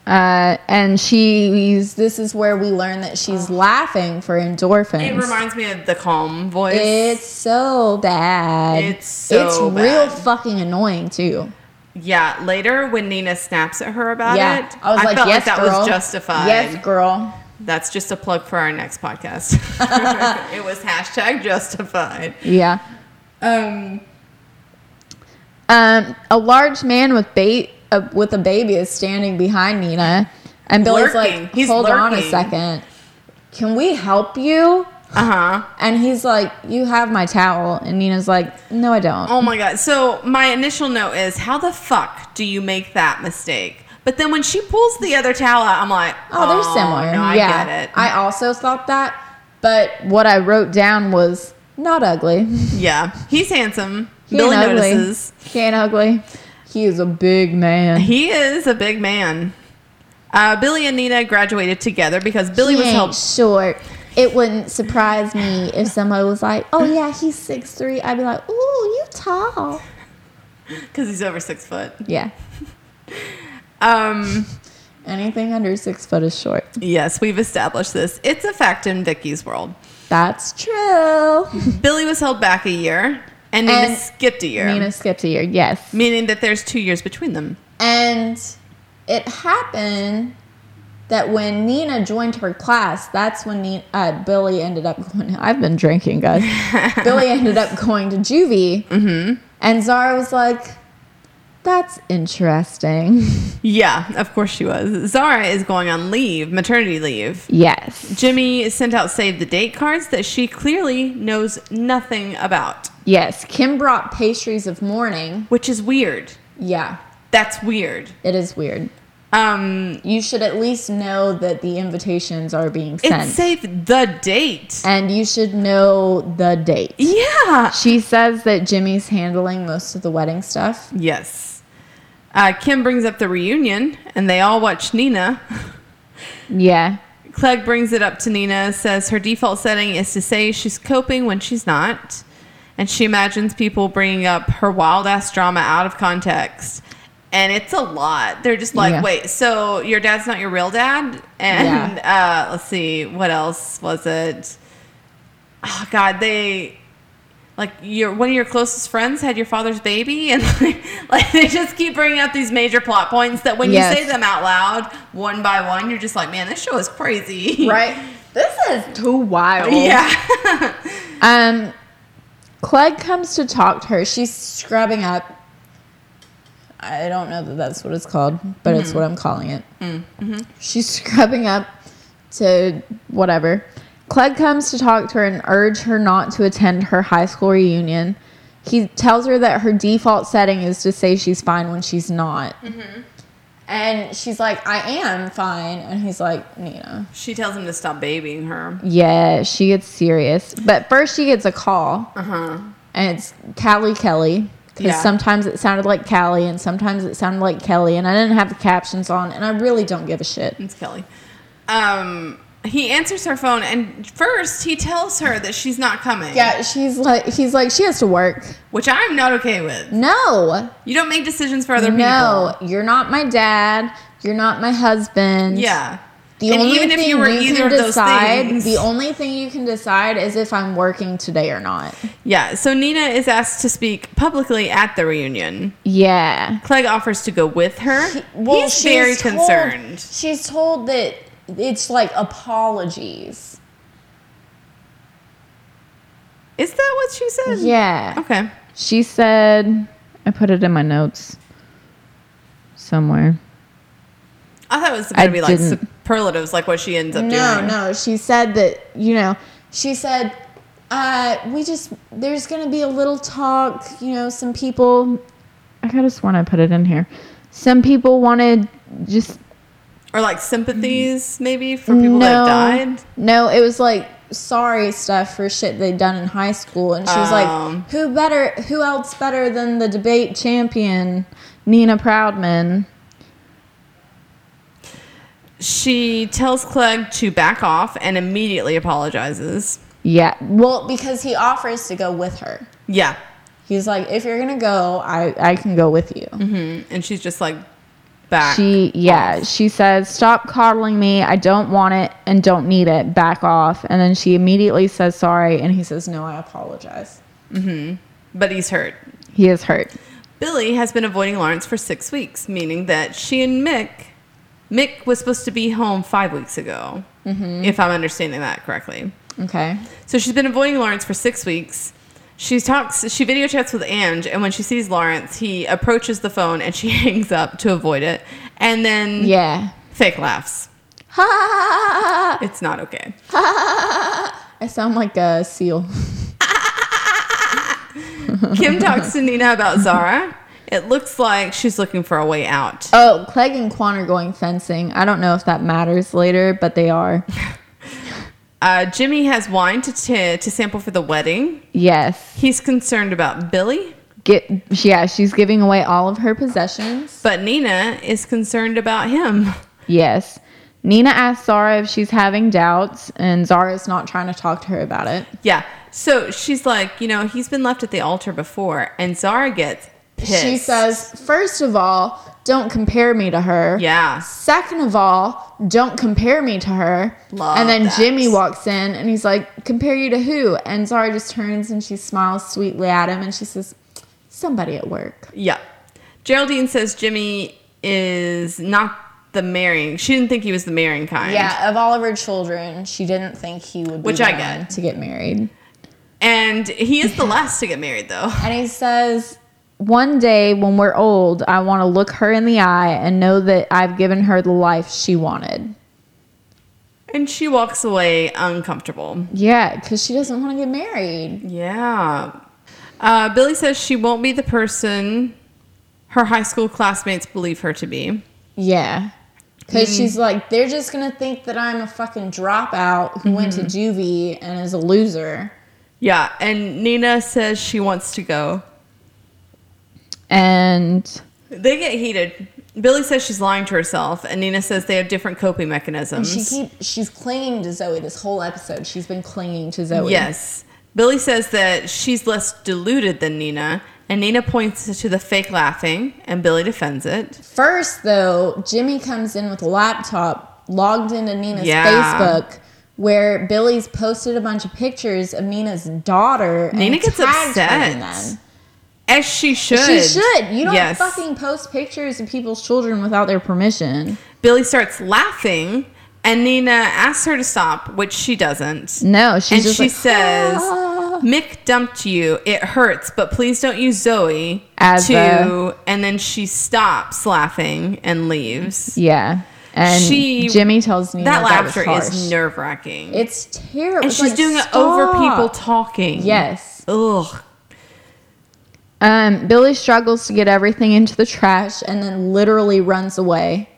Speaker 2: Uh, and she's this is where we learn that she's laughing for endorphins.
Speaker 1: Oh. It reminds me of the calm voice.
Speaker 2: It's so bad.
Speaker 1: It's so
Speaker 2: It's real
Speaker 1: bad.
Speaker 2: fucking annoying too.
Speaker 1: Yeah, later when Nina snaps at her about
Speaker 2: yeah,
Speaker 1: it,
Speaker 2: I was like,
Speaker 1: felt
Speaker 2: yes,
Speaker 1: like that
Speaker 2: girl.
Speaker 1: was justified.
Speaker 2: Yes, girl.
Speaker 1: That's just a plug for our next
Speaker 2: [laughs]
Speaker 1: podcast. [laughs] it was hashtag justified.
Speaker 2: Yeah.
Speaker 1: Um,
Speaker 2: Um, a large man with bait uh, with a baby is standing behind Nina, and Billy's
Speaker 1: Lurking.
Speaker 2: like,
Speaker 1: He's
Speaker 2: "Hold on a
Speaker 1: lurking.
Speaker 2: second, can we help you?"
Speaker 1: uh huh.
Speaker 2: And he's like, "You have my towel," and Nina's like, "No, I don't."
Speaker 1: Oh my god. So my initial note is, how the fuck do you make that mistake? But then when she pulls the other towel out, I'm like,
Speaker 2: Oh, they're similar.
Speaker 1: No, I
Speaker 2: yeah.
Speaker 1: get it.
Speaker 2: I also thought that, but what I wrote down was not ugly. [laughs]
Speaker 1: yeah, he's handsome.
Speaker 2: He
Speaker 1: Billy
Speaker 2: ain't ugly.
Speaker 1: notices.
Speaker 2: He ain't ugly. He is a big man.
Speaker 1: He is a big man. Uh, Billy and Nina graduated together because Billy
Speaker 2: he
Speaker 1: was
Speaker 2: ain't
Speaker 1: helped.
Speaker 2: short. It wouldn't surprise me if somebody was like, "Oh yeah, he's 6'3". I'd be like, "Ooh, you tall."
Speaker 1: because he's over six foot.
Speaker 2: Yeah.
Speaker 1: Um,
Speaker 2: Anything under six foot is short.
Speaker 1: yes, we've established this. It's a fact in Vicky's world.
Speaker 2: That's true.
Speaker 1: Billy was held back a year, and Nina
Speaker 2: And
Speaker 1: skipped a year,
Speaker 2: Nina skipped a year. Yes.
Speaker 1: meaning that there's two years between them.
Speaker 2: And it happened that when Nina joined her class, that's when Nina, uh, Billy ended up going. I've been drinking, guys. Billy ended up going to juvie. Mm-hmm. And Zara was like, that's interesting. [laughs]
Speaker 1: Yeah, of course she was. Zara is going on leave, maternity leave.
Speaker 7: Yes.
Speaker 1: Jimmy sent out save the date cards that she clearly knows nothing about,
Speaker 2: yes, Kim brought pastries of mourning.
Speaker 1: which is weird.
Speaker 2: Yeah,
Speaker 1: That's weird.
Speaker 2: it is weird.
Speaker 1: Um,
Speaker 2: You should at least know that the invitations are being
Speaker 1: it
Speaker 2: sent.
Speaker 1: saved the date.
Speaker 2: and you should know the date.
Speaker 1: Yeah.
Speaker 2: She says that Jimmy's handling most of the wedding stuff.
Speaker 1: Yes. Uh, Kim brings up the reunion, and they all watch Nina. [laughs]
Speaker 2: Yeah.
Speaker 1: Clegg brings it up to Nina, says her default setting is to say she's coping when she's not. And she imagines people bringing up her wild ass drama out of context. And it's a lot. They're just like,
Speaker 2: Yeah.
Speaker 1: wait, so your dad's not your real dad? And uh, let's see, what else was it? Oh, God, they. Like your one of your closest friends had your father's baby, [laughs] and like, they just keep bringing up these major plot points that when
Speaker 2: Yes.
Speaker 1: you say them out loud one by one, you're just like, man, this show is crazy.
Speaker 8: Right? This is too wild.
Speaker 1: [laughs] Yeah.
Speaker 2: Um, Clegg comes to talk to her. She's
Speaker 8: She's scrubbing up. I don't know that that's what it's called, but it's what I'm calling it.
Speaker 2: she's [laughs] scrubbing up to whatever. Clegg comes to talk to her and urge her not to attend her high school reunion. He tells her that her default setting is to say she's fine when she's not.
Speaker 8: And she's like, I am fine. And he's like, Nina.
Speaker 1: [laughs] she tells him to stop babying her.
Speaker 2: Yeah, she gets serious. But first, she gets a call. And it's Callie Kelly. Because
Speaker 1: Uh-huh. Yeah.
Speaker 2: sometimes it sounded like Callie and sometimes it sounded like Kelly. And I didn't have the captions on. And I really don't give a shit.
Speaker 1: It's Kelly. Um, he answers her phone, and first he tells her that she's not coming.
Speaker 2: Yeah, she's like, he's like, she has to work.
Speaker 1: Which I'm not okay with.
Speaker 2: No,
Speaker 1: You don't make decisions for other
Speaker 2: no,
Speaker 1: people.
Speaker 2: you're not my dad. You're not my husband.
Speaker 1: Yeah.
Speaker 2: The
Speaker 1: and
Speaker 2: only
Speaker 1: even
Speaker 2: thing
Speaker 1: if you were either
Speaker 2: can
Speaker 1: of those
Speaker 2: decide,
Speaker 1: things,
Speaker 2: the only thing you can decide is if I'm working today or not.
Speaker 1: yeah. So Nina is asked to speak publicly at the reunion.
Speaker 2: Yeah,
Speaker 1: Clegg offers to go with her.
Speaker 8: Well,
Speaker 1: He's
Speaker 8: she's
Speaker 1: very
Speaker 8: told-
Speaker 1: concerned.
Speaker 8: She's told that it's like apologies.
Speaker 1: Is that what she said?
Speaker 2: yeah.
Speaker 1: Okay.
Speaker 2: She said, I put it in my notes somewhere.
Speaker 1: I thought it was
Speaker 2: I
Speaker 1: going to be like
Speaker 2: didn't-
Speaker 1: superlatives, like what she ends up
Speaker 2: No,
Speaker 1: doing.
Speaker 2: no. She said that you know.
Speaker 8: She said, uh, we just, there's going to be a little talk, you know, some people.
Speaker 2: I could have sworn I put it in here. Some people wanted just
Speaker 1: Or like sympathies, maybe, for people
Speaker 2: Mm. no,
Speaker 1: that have died.
Speaker 2: No, it was like sorry stuff for shit they'd done in high school, and she was
Speaker 1: Um.
Speaker 2: like, "Who better? Who else better than the debate champion, Nina Proudman?"
Speaker 1: She tells Clegg to back off and immediately apologizes.
Speaker 2: Yeah,
Speaker 8: Well, because he offers to go with her.
Speaker 1: Yeah.
Speaker 8: He's like, if you're going to go, I.
Speaker 2: I, I can go with you.
Speaker 1: Mm-hmm. And she's just like, back.
Speaker 2: She yeah, she says, "Stop coddling me. I don't want it and don't need it. Back off." And then she immediately says sorry, and he says, "No, I apologize."
Speaker 1: but he's hurt.
Speaker 2: He is hurt.
Speaker 1: Billy has been avoiding Lawrence for six weeks, meaning that she and Mick, Mick was supposed to be home five weeks ago,
Speaker 2: Mm-hmm.
Speaker 1: if I'm understanding that correctly.
Speaker 2: Okay.
Speaker 1: So she's been avoiding Lawrence for six weeks. She talks, she video chats with Ange, and when she sees Lawrence, he approaches the phone and she [laughs] hangs up to avoid it. And then
Speaker 2: Yeah. [laughs]
Speaker 1: fake laughs.
Speaker 2: I
Speaker 1: It's not okay.
Speaker 2: sound like a seal.
Speaker 1: Kim talks to Nina about Zara. It looks like she's looking for a way out.
Speaker 2: [laughs] Oh, Clegg and Quan are going fencing. I don't know if that matters later, but they are.
Speaker 1: Uh, Jimmy has wine to, t- to sample for the wedding.
Speaker 2: Yes.
Speaker 1: He's concerned about Billy,
Speaker 2: Get yeah, she's giving away all of her possessions.
Speaker 1: but Nina is concerned about him.
Speaker 2: Yes. Nina asks Zara if she's having doubts, and Zara's not trying to talk to her about it.
Speaker 1: Yeah. So she's like, you know, he's been left at the altar before, and Zara gets pissed.
Speaker 2: She says, first of all, don't compare me to her.
Speaker 1: Yeah.
Speaker 2: Second of all, don't compare me to her.
Speaker 1: Love
Speaker 2: and then
Speaker 1: that.
Speaker 2: Jimmy walks in and he's like, compare you to who? And Zara just turns and she smiles sweetly at him and she says, somebody at work.
Speaker 1: Yeah. Geraldine says Jimmy is not the marrying. She didn't think he was the marrying kind.
Speaker 8: Yeah, of all of her children, she didn't think he would be
Speaker 1: Which
Speaker 8: the
Speaker 1: I
Speaker 8: one.
Speaker 1: get.
Speaker 2: to get married.
Speaker 1: And he is the last to get married, though.
Speaker 8: And he says,
Speaker 2: One day when we're old, I want to look her in the eye and know that I've given her the life she wanted.
Speaker 1: And she walks away uncomfortable.
Speaker 2: Yeah, because she doesn't want to get married.
Speaker 1: Yeah. Uh, Billy says she won't be the person her high school classmates believe her to be.
Speaker 2: Yeah.
Speaker 8: because
Speaker 1: Mm.
Speaker 8: she's like, they're just going to think that I'm a fucking dropout who went to
Speaker 1: Mm-hmm.
Speaker 8: juvie and is a loser.
Speaker 1: Yeah. And Nina says she wants to go.
Speaker 2: And
Speaker 1: They get heated. Billy says she's lying to herself, and Nina says they have different coping mechanisms.
Speaker 2: She keep she's clinging to Zoe this whole episode. She's been clinging to Zoe.
Speaker 1: Yes. Billy says that she's less deluded than Nina, and Nina points to the fake laughing, and Billy defends it.
Speaker 2: First though, Jimmy comes in with a laptop, logged into Nina's
Speaker 1: Yeah.
Speaker 2: Facebook, where Billy's posted a bunch of pictures of Nina's daughter. and
Speaker 1: Nina gets
Speaker 2: tagged her
Speaker 1: upset.
Speaker 2: in them.
Speaker 1: As she should.
Speaker 2: She should. You don't
Speaker 1: Yes.
Speaker 2: fucking post pictures of people's children without their permission.
Speaker 1: Billy starts laughing, and Nina asks her to stop, which she doesn't.
Speaker 9: No, she's
Speaker 1: and
Speaker 9: just
Speaker 1: she
Speaker 9: like, "Ah."
Speaker 1: says, Mick dumped you. It hurts, but please don't use Zoe
Speaker 9: As
Speaker 1: to.
Speaker 9: the-
Speaker 1: And then she stops laughing and leaves.
Speaker 9: yeah. And
Speaker 1: She-
Speaker 9: Jimmy tells me
Speaker 1: That
Speaker 9: that,
Speaker 1: laughter
Speaker 9: was
Speaker 1: is
Speaker 9: harsh.
Speaker 1: nerve wracking.
Speaker 2: It's terrible.
Speaker 1: And
Speaker 2: It's
Speaker 1: she's
Speaker 2: like,
Speaker 1: doing it over
Speaker 2: stop.
Speaker 1: people talking.
Speaker 9: yes.
Speaker 1: Ugh.
Speaker 9: Um, Billy struggles to get everything into the trash and then literally runs away.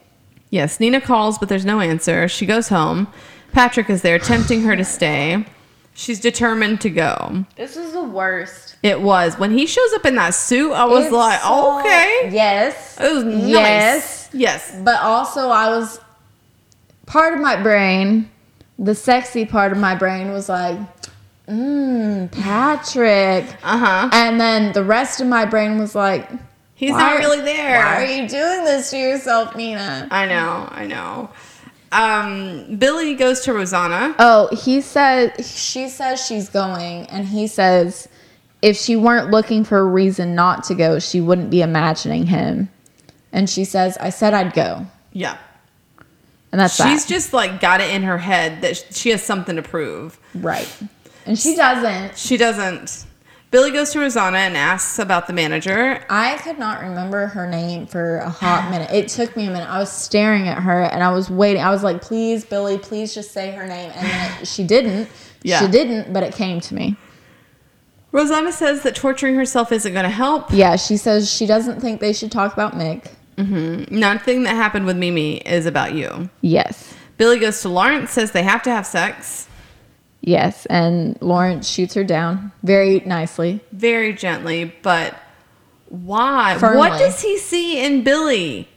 Speaker 1: Yes, Nina calls, but there's no answer. She goes home. Patrick is there, tempting her to stay. She's determined to go.
Speaker 7: This is the worst.
Speaker 1: It was when he shows up in that suit. I was
Speaker 2: It's
Speaker 1: like,
Speaker 2: so-
Speaker 1: okay,
Speaker 2: Yes.
Speaker 1: it was nice.
Speaker 2: Yes.
Speaker 1: yes.
Speaker 2: But also, I was
Speaker 9: Part of my brain, the sexy part of my brain was like, mmm, Patrick.
Speaker 1: Uh huh.
Speaker 9: And then the rest of my brain was like,
Speaker 1: He's
Speaker 9: Why-
Speaker 1: not really there.
Speaker 9: why are you doing this to yourself, Nina?
Speaker 1: I know. I know. Um, Billy goes to Rosanna.
Speaker 9: Oh, he says,
Speaker 2: she says she's going and
Speaker 9: he says, if she weren't looking for a reason not to go, she wouldn't be imagining him.
Speaker 2: and she says i said i'd go
Speaker 1: Yeah.
Speaker 9: And that's
Speaker 1: She's
Speaker 9: that.
Speaker 1: just like got it in her head that sh- she has something to prove.
Speaker 2: right and she doesn't
Speaker 1: She doesn't. Billy goes to Rosanna and asks about the manager.
Speaker 2: i could not remember her name for a hot minute it took me a minute i was staring at her and i was waiting i was like please billy please just say her name and then it- she didn't
Speaker 1: Yeah.
Speaker 2: she didn't but it came to me
Speaker 1: Rosanna says that torturing herself isn't going to help.
Speaker 2: yeah she says she doesn't think they should talk about mick
Speaker 1: Nothing that happened with Mimi is about you.
Speaker 9: yes.
Speaker 1: Billy goes to Lawrence, says they have to have sex
Speaker 9: Yes. And Lawrence shoots her down very nicely.
Speaker 1: very gently, but why?
Speaker 2: Firmly.
Speaker 1: What does he see in Billy?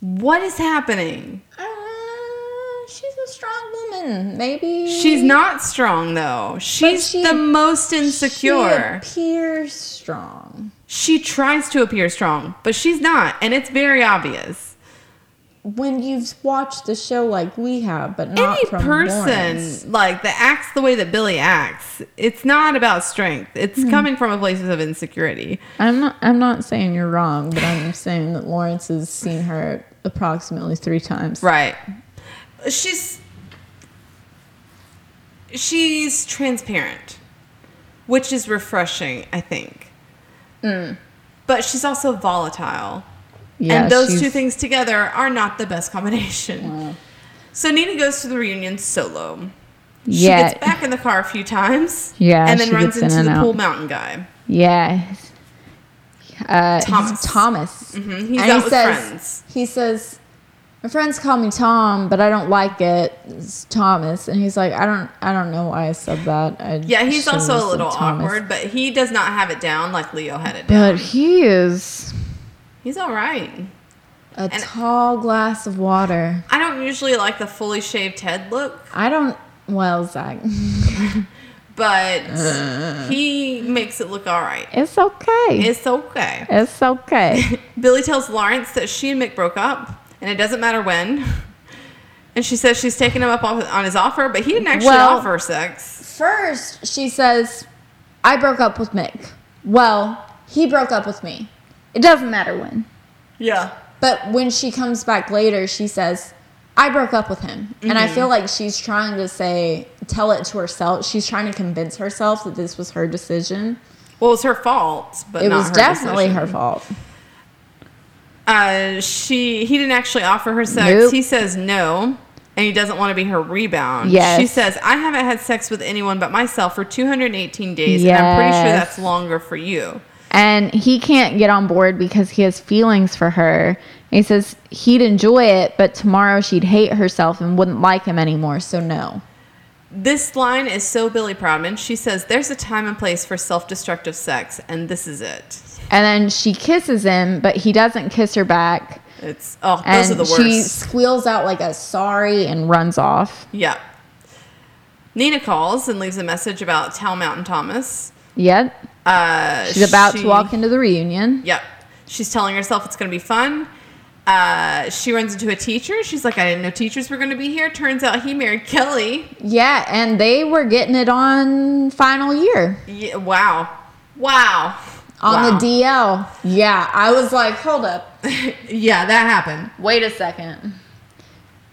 Speaker 1: What is happening?
Speaker 2: uh, she's a strong woman maybe
Speaker 1: She's not strong though. She's
Speaker 2: she-
Speaker 1: the most insecure.
Speaker 2: she appears strong
Speaker 1: She, tries to appear strong, but she's not, and it's very obvious.
Speaker 2: when you've watched the show like we have, but not
Speaker 1: Any
Speaker 2: from
Speaker 1: person
Speaker 2: Lawrence.
Speaker 1: like that acts the way that Billy acts, it's not about strength. It's
Speaker 2: Hmm.
Speaker 1: coming from a place of insecurity.
Speaker 9: I'm not, I'm not saying you're wrong, but I'm saying that Lawrence has seen her approximately three times.
Speaker 1: Right. She's she's transparent, which is refreshing, I think. But she's also
Speaker 9: Mm.
Speaker 1: volatile.
Speaker 9: Yeah,
Speaker 1: and those two
Speaker 9: she's-
Speaker 1: things together are not the best combination. So Nina goes to the reunion solo. She
Speaker 9: Yeah.
Speaker 1: gets back in the car a few times.
Speaker 9: Yeah,
Speaker 1: And then
Speaker 9: she
Speaker 1: runs
Speaker 9: gets in
Speaker 1: into
Speaker 9: and
Speaker 1: the
Speaker 9: out.
Speaker 1: pool mountain guy.
Speaker 9: Yes. Uh,
Speaker 1: Thomas.
Speaker 9: Thomas.
Speaker 1: Mhm, He's
Speaker 9: And
Speaker 1: out
Speaker 9: he
Speaker 1: with
Speaker 9: says-
Speaker 1: friends.
Speaker 9: He says, "My friends call me Tom, but I don't like it. It's Thomas." And he's like, "I don't, I don't know why I said that." I
Speaker 1: Yeah, he's
Speaker 9: shouldn't have
Speaker 1: also a
Speaker 9: said
Speaker 1: little
Speaker 9: Thomas."
Speaker 1: awkward, but he does not have it down like Leo had it down.
Speaker 9: But he is
Speaker 1: He's all right.
Speaker 9: a tall glass of water.
Speaker 1: I don't usually like the fully shaved head look,
Speaker 9: I don't. Well, Zach, [laughs]
Speaker 2: [laughs]
Speaker 1: but he makes it look all right.
Speaker 9: it's okay. It's,
Speaker 1: It's okay.
Speaker 9: okay.
Speaker 1: [laughs] Billy tells Lawrence that she and Mick broke up, and it doesn't matter when. [laughs] And she says she's taking him up on on his offer, but he didn't actually
Speaker 9: Well-
Speaker 1: offer sex.
Speaker 9: First, she says, "I broke up with Mick.
Speaker 2: Well, he broke up with me,
Speaker 9: It doesn't matter when."
Speaker 1: Yeah.
Speaker 2: but when she comes back later, she says, "I broke up with him,"
Speaker 1: Mm-hmm.
Speaker 2: and I feel like she's trying to say, tell it to herself. She's trying to convince herself that this was her decision.
Speaker 1: Well, it was her fault, but
Speaker 2: It
Speaker 1: not
Speaker 2: was
Speaker 1: her
Speaker 2: definitely
Speaker 1: decision.
Speaker 2: her fault.
Speaker 1: Uh, she he didn't actually offer her sex.
Speaker 9: Nope.
Speaker 1: He says no, and he doesn't want to be her rebound.
Speaker 9: Yes.
Speaker 1: She says, "I haven't had sex with anyone but myself for 218 days, and I'm pretty sure
Speaker 9: Yes.
Speaker 1: that's longer for you."
Speaker 9: and he can't get on board because he has feelings for her. He says he'd enjoy it, but tomorrow she'd hate herself and wouldn't like him anymore, so no.
Speaker 1: This line is so Billy Proudman. She says, "There's a time and place for self-destructive sex, and this is it."
Speaker 2: And then she kisses him, but he doesn't kiss her back.
Speaker 1: It's oh, those
Speaker 2: And
Speaker 1: are the worst.
Speaker 2: she squeals out like a sorry and runs off.
Speaker 1: Yeah. Nina calls and leaves a message about Tal Mountain Thomas.
Speaker 2: Yep.
Speaker 1: Uh,
Speaker 2: She's about
Speaker 1: she-
Speaker 2: to walk into the reunion.
Speaker 1: Yep. She's telling herself it's going to be fun. Uh, she runs into a teacher. She's like, I didn't know teachers were going to be here. Turns out he married Kelly.
Speaker 2: Yeah, and they were getting it on final year
Speaker 1: Yeah, wow. Wow.
Speaker 2: on
Speaker 1: Wow.
Speaker 2: the DL. Yeah, I was like, hold up.
Speaker 1: [laughs] yeah, that happened.
Speaker 2: Wait a second.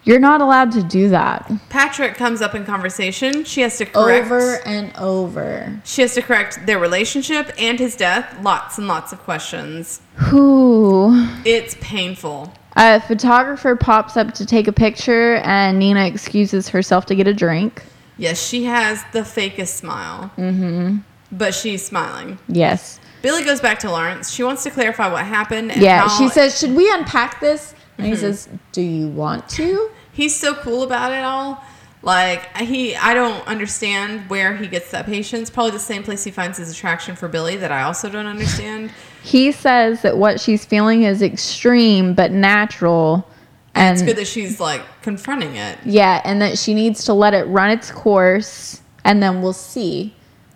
Speaker 2: You're not allowed to do that
Speaker 1: Patrick comes up in conversation. She has to correct.
Speaker 2: over and over.
Speaker 1: She has to correct their relationship and his death. Lots and lots of questions.
Speaker 2: Whew.
Speaker 1: It's painful.
Speaker 2: A photographer pops up to take a picture, and Nina excuses herself to get a drink.
Speaker 1: Yes, she has the fakest smile. Mm-hmm. But she's smiling.
Speaker 2: Yes.
Speaker 1: Billy goes back to Lawrence. She wants to clarify what happened. And
Speaker 2: Yeah.
Speaker 1: how-
Speaker 2: She says, Should we unpack this? And he says, Do you want to?
Speaker 1: he's so cool about it all. Like he, I don't understand where he gets that patience. Probably the same place he finds his attraction for Billy that I also don't understand.
Speaker 2: He says that what she's feeling is extreme but natural. And
Speaker 1: It's good that she's like confronting it.
Speaker 2: yeah, and that she needs to let it run its course and then we'll see.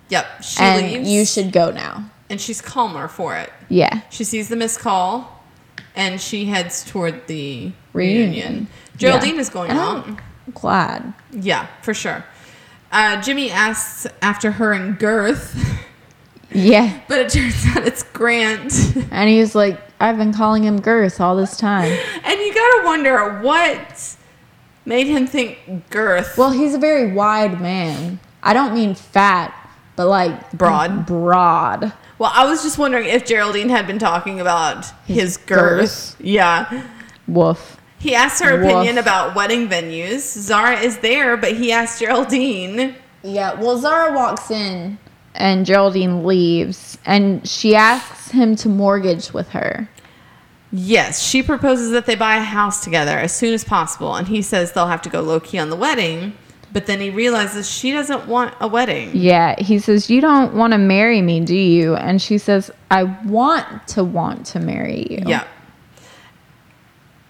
Speaker 1: Yep, she
Speaker 2: and
Speaker 1: leaves,
Speaker 2: you should go now.
Speaker 1: and she's calmer for it.
Speaker 2: Yeah.
Speaker 1: She sees the missed call, and she heads toward the reunion.
Speaker 2: Reunion.
Speaker 1: Geraldine
Speaker 2: Yeah. Oh.
Speaker 1: is going
Speaker 2: And
Speaker 1: out.
Speaker 2: I'm glad.
Speaker 1: Yeah, for sure. Uh, Jimmy asks after her and Girth, [laughs]
Speaker 2: Yeah.
Speaker 1: but it turns out it's Grant. [laughs]
Speaker 2: And he was like, I've been calling him Girth all this time.
Speaker 1: And you gotta wonder what made him think girth.
Speaker 2: Well, he's a very wide man. I don't mean fat, but like
Speaker 1: Broad.
Speaker 2: Broad.
Speaker 1: Well, I was just wondering if Geraldine had been talking about his, girth.
Speaker 2: girth.
Speaker 1: Yeah.
Speaker 2: Woof.
Speaker 1: He asked her
Speaker 2: Woof.
Speaker 1: opinion about wedding venues. Zara is there, but he asked Geraldine.
Speaker 2: Yeah, well, Zara walks in and Geraldine leaves and she asks him to mortgage with her.
Speaker 1: Yes, she proposes that they buy a house together as soon as possible, and he says they'll have to go low key on the wedding. But then he realizes she doesn't want a wedding.
Speaker 2: Yeah, he says, You don't want to marry me, do you? And she says, I want to want to marry you.
Speaker 1: Yeah.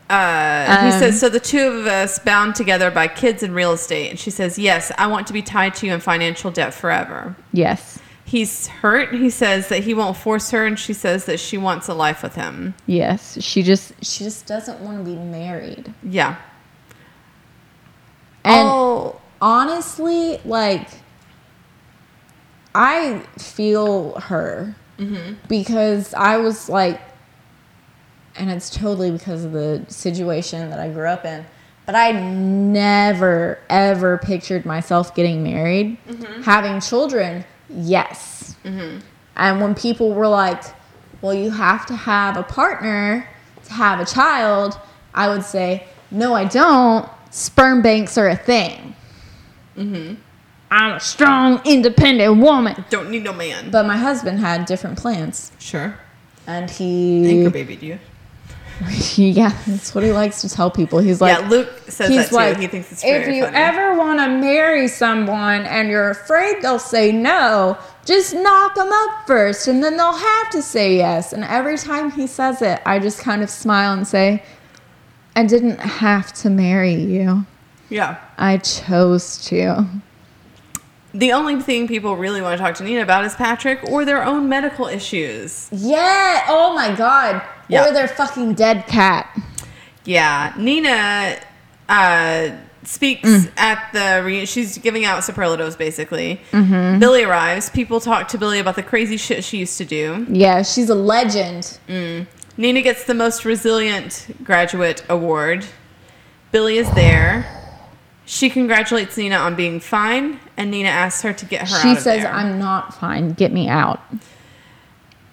Speaker 1: Uh, he
Speaker 2: Um,
Speaker 1: says, so the two of us bound together by kids and real estate. And she says, yes, I want to be tied to you in financial debt forever.
Speaker 2: Yes.
Speaker 1: He's hurt. He says that he won't force her. And she says that she wants a life with him.
Speaker 2: Yes. She just,
Speaker 10: She just doesn't want to be married.
Speaker 1: Yeah.
Speaker 2: and
Speaker 1: oh,
Speaker 2: honestly, like, I feel her because I was like,
Speaker 10: and it's totally because of the situation that I grew up in. But I never, ever pictured myself getting married, having children. Yes. And when people were like, well, you have to have a partner to have a child, I would say, no, I don't. Sperm banks are a thing.
Speaker 2: I'm a strong, independent woman.
Speaker 1: don't need no man.
Speaker 10: But my husband had different plans,
Speaker 1: sure.
Speaker 10: and
Speaker 1: Anchor
Speaker 10: he,
Speaker 1: babied you.
Speaker 10: yeah, that's what [laughs] he likes to tell people. He's like,
Speaker 1: yeah, Luke says
Speaker 10: he's
Speaker 1: that too.
Speaker 10: like,
Speaker 1: he thinks it's very
Speaker 10: if you
Speaker 1: funny.
Speaker 10: ever want to marry someone and you're afraid they'll say no, just knock them up first and then they'll have to say yes. And every time he says it, I just kind of smile and say,
Speaker 2: I didn't have to marry you.
Speaker 1: yeah.
Speaker 2: I chose to.
Speaker 1: The only thing people really want to talk to Nina about is Patrick or their own medical issues.
Speaker 2: Yeah. Oh my God.
Speaker 1: Yeah.
Speaker 2: Or their fucking dead cat.
Speaker 1: Yeah, Nina uh, speaks
Speaker 2: Mm.
Speaker 1: at the reunion. She's giving out superlatives, basically.
Speaker 2: Mm-hmm.
Speaker 1: Billy arrives. People talk to Billy about the crazy shit she used to do.
Speaker 2: Yeah, she's a legend.
Speaker 1: Nina gets the most resilient graduate award. Billy is there. She congratulates Nina on being fine, and Nina asks her to get her out
Speaker 2: She
Speaker 1: of
Speaker 2: says,
Speaker 1: there.
Speaker 2: I'm not fine. Get me out.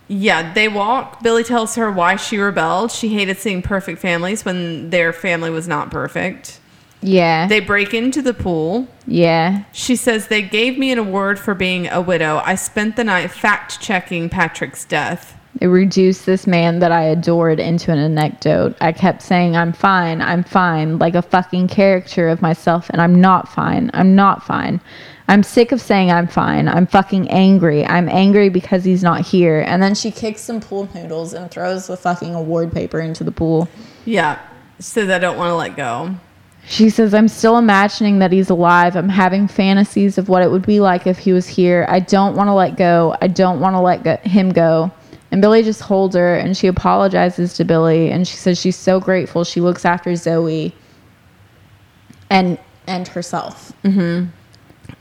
Speaker 1: Yeah, they walk. Billy tells her why she rebelled. She hated seeing perfect families when their family was not perfect.
Speaker 2: Yeah.
Speaker 1: They break into the pool.
Speaker 2: yeah.
Speaker 1: She says, They gave me an award for being a widow. I spent the night fact checking Patrick's death.
Speaker 2: It reduced this man that I adored into an anecdote. I kept saying, I'm fine. I'm fine. Like a fucking caricature of myself. And I'm not fine. I'm not fine. I'm sick of saying I'm fine. I'm fucking angry. I'm angry because he's not here. And then she kicks some pool noodles and throws the fucking award paper into the pool.
Speaker 1: Yeah. Says I don't want to let go.
Speaker 2: She says, I'm still imagining that he's alive. I'm having fantasies of what it would be like if he was here. I don't want to let go. I don't want to let go- him go. And Billy just holds her and she apologizes to Billy and she says she's so grateful. She looks after Zoe and and herself.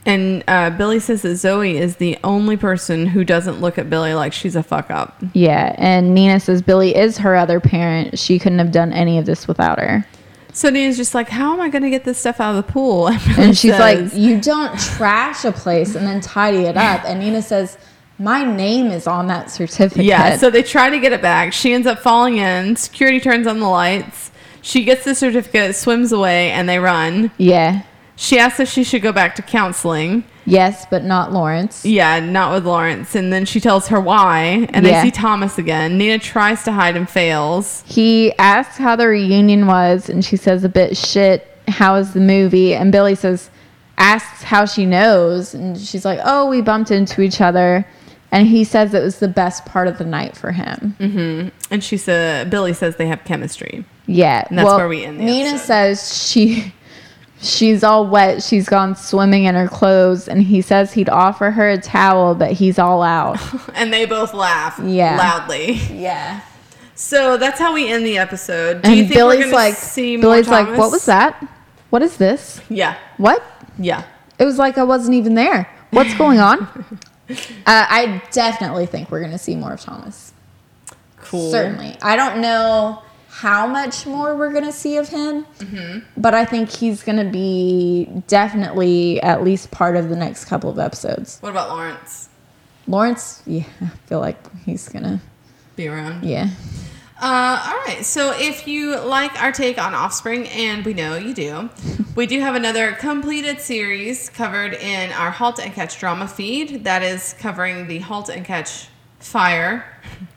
Speaker 1: And uh, Billy says that Zoe is the only person who doesn't look at Billy like she's a fuck up.
Speaker 2: Yeah, and Nina says Billy is her other parent. She couldn't have done any of this without her.
Speaker 1: So Nina's just like, how am I going to get this stuff out of the pool? [laughs]
Speaker 2: And she's
Speaker 1: says-
Speaker 2: like, "You don't trash a place and then tidy it up." And Nina says, "My name is on that certificate."
Speaker 1: Yeah, so they try to get it back. She ends up falling in. Security turns on the lights. She gets the certificate, swims away, and they run.
Speaker 2: yeah.
Speaker 1: She asks if she should go back to counseling.
Speaker 2: Yes, but not Lawrence.
Speaker 1: Yeah, not with Lawrence. And then she tells her why, and
Speaker 2: Yeah.
Speaker 1: they see Thomas again. Nina tries to hide and fails.
Speaker 2: He asks how the reunion was, and she says a bit shit. How is the movie? And Billy says, asks how she knows, and she's like, "Oh, we bumped into each other." And he says it was the best part of the night for him.
Speaker 1: Mm-hmm. And she said, Billy says they have chemistry. [laughs]
Speaker 2: Yeah,
Speaker 1: And that's
Speaker 2: well,
Speaker 1: where we end the
Speaker 2: Nina
Speaker 1: episode.
Speaker 2: says she she's all wet. She's gone swimming in her clothes, and he says he'd offer her a towel, but he's all out.
Speaker 1: [laughs] And they both laugh
Speaker 2: Yeah.
Speaker 1: loudly.
Speaker 11: Yeah.
Speaker 1: So that's how we end the episode. Do
Speaker 2: and
Speaker 1: you think we're
Speaker 2: Billy's
Speaker 1: gonna
Speaker 2: like,
Speaker 1: see more
Speaker 2: Billy's like, what
Speaker 1: Thomas?"
Speaker 2: was that? What is this?
Speaker 1: Yeah,
Speaker 2: What?
Speaker 1: yeah.
Speaker 2: It was like I wasn't even there. What's going
Speaker 11: [laughs]
Speaker 2: on? uh, I definitely think we're gonna see more of Thomas.
Speaker 1: Cool.
Speaker 2: Certainly, I don't know how much more we're gonna see of him,
Speaker 11: Mm-hmm.
Speaker 2: but I think he's gonna be definitely at least part of the next couple of episodes.
Speaker 1: What about Lawrence?
Speaker 2: Lawrence, yeah, [laughs] I feel like he's gonna,
Speaker 1: Be around.
Speaker 2: yeah.
Speaker 1: Uh, all right. So if you like our take on Offspring, and we know you
Speaker 2: [laughs]
Speaker 1: do, we do have another completed series covered in our Halt and Catch drama feed that is covering the Halt and Catch Fire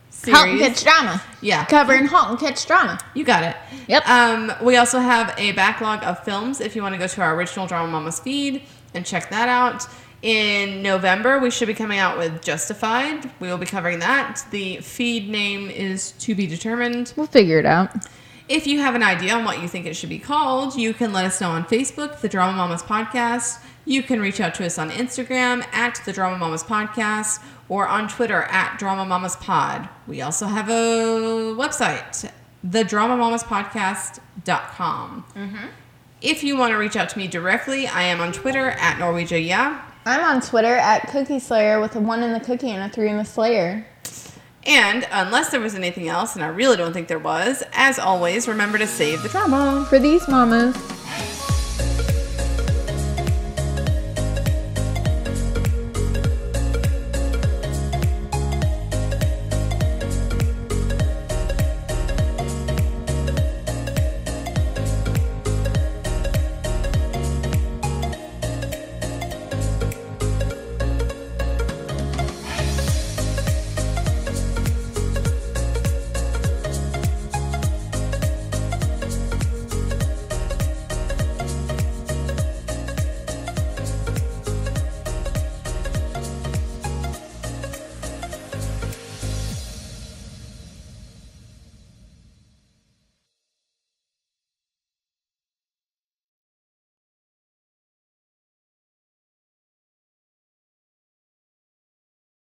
Speaker 1: series.
Speaker 2: [laughs] Halt and catch drama.
Speaker 1: Yeah.
Speaker 2: covering halt and catch drama.
Speaker 1: You got it.
Speaker 2: Yep.
Speaker 1: Um, we also have a backlog of films if you want to go to our original Drama Mamas feed and check that out. In November, we should be coming out with Justified. We will be covering that. The feed name is to be determined.
Speaker 2: We'll figure it out.
Speaker 1: If you have an idea on what you think it should be called, you can let us know on Facebook, The Drama Mamas Podcast. You can reach out to us on Instagram at The Drama Mamas Podcast or on Twitter at Drama Mamas Pod. We also have a website, thedramamamaspodcast.com. If you want to reach out to me directly, I am on Twitter at Norwegia Yeah.
Speaker 11: I'm on Twitter at Cookie Slayer with a one in the cookie and a three in the Slayer.
Speaker 1: And unless there was anything else, and I really don't think there was, as always, remember to save the drama.
Speaker 2: For these mamas.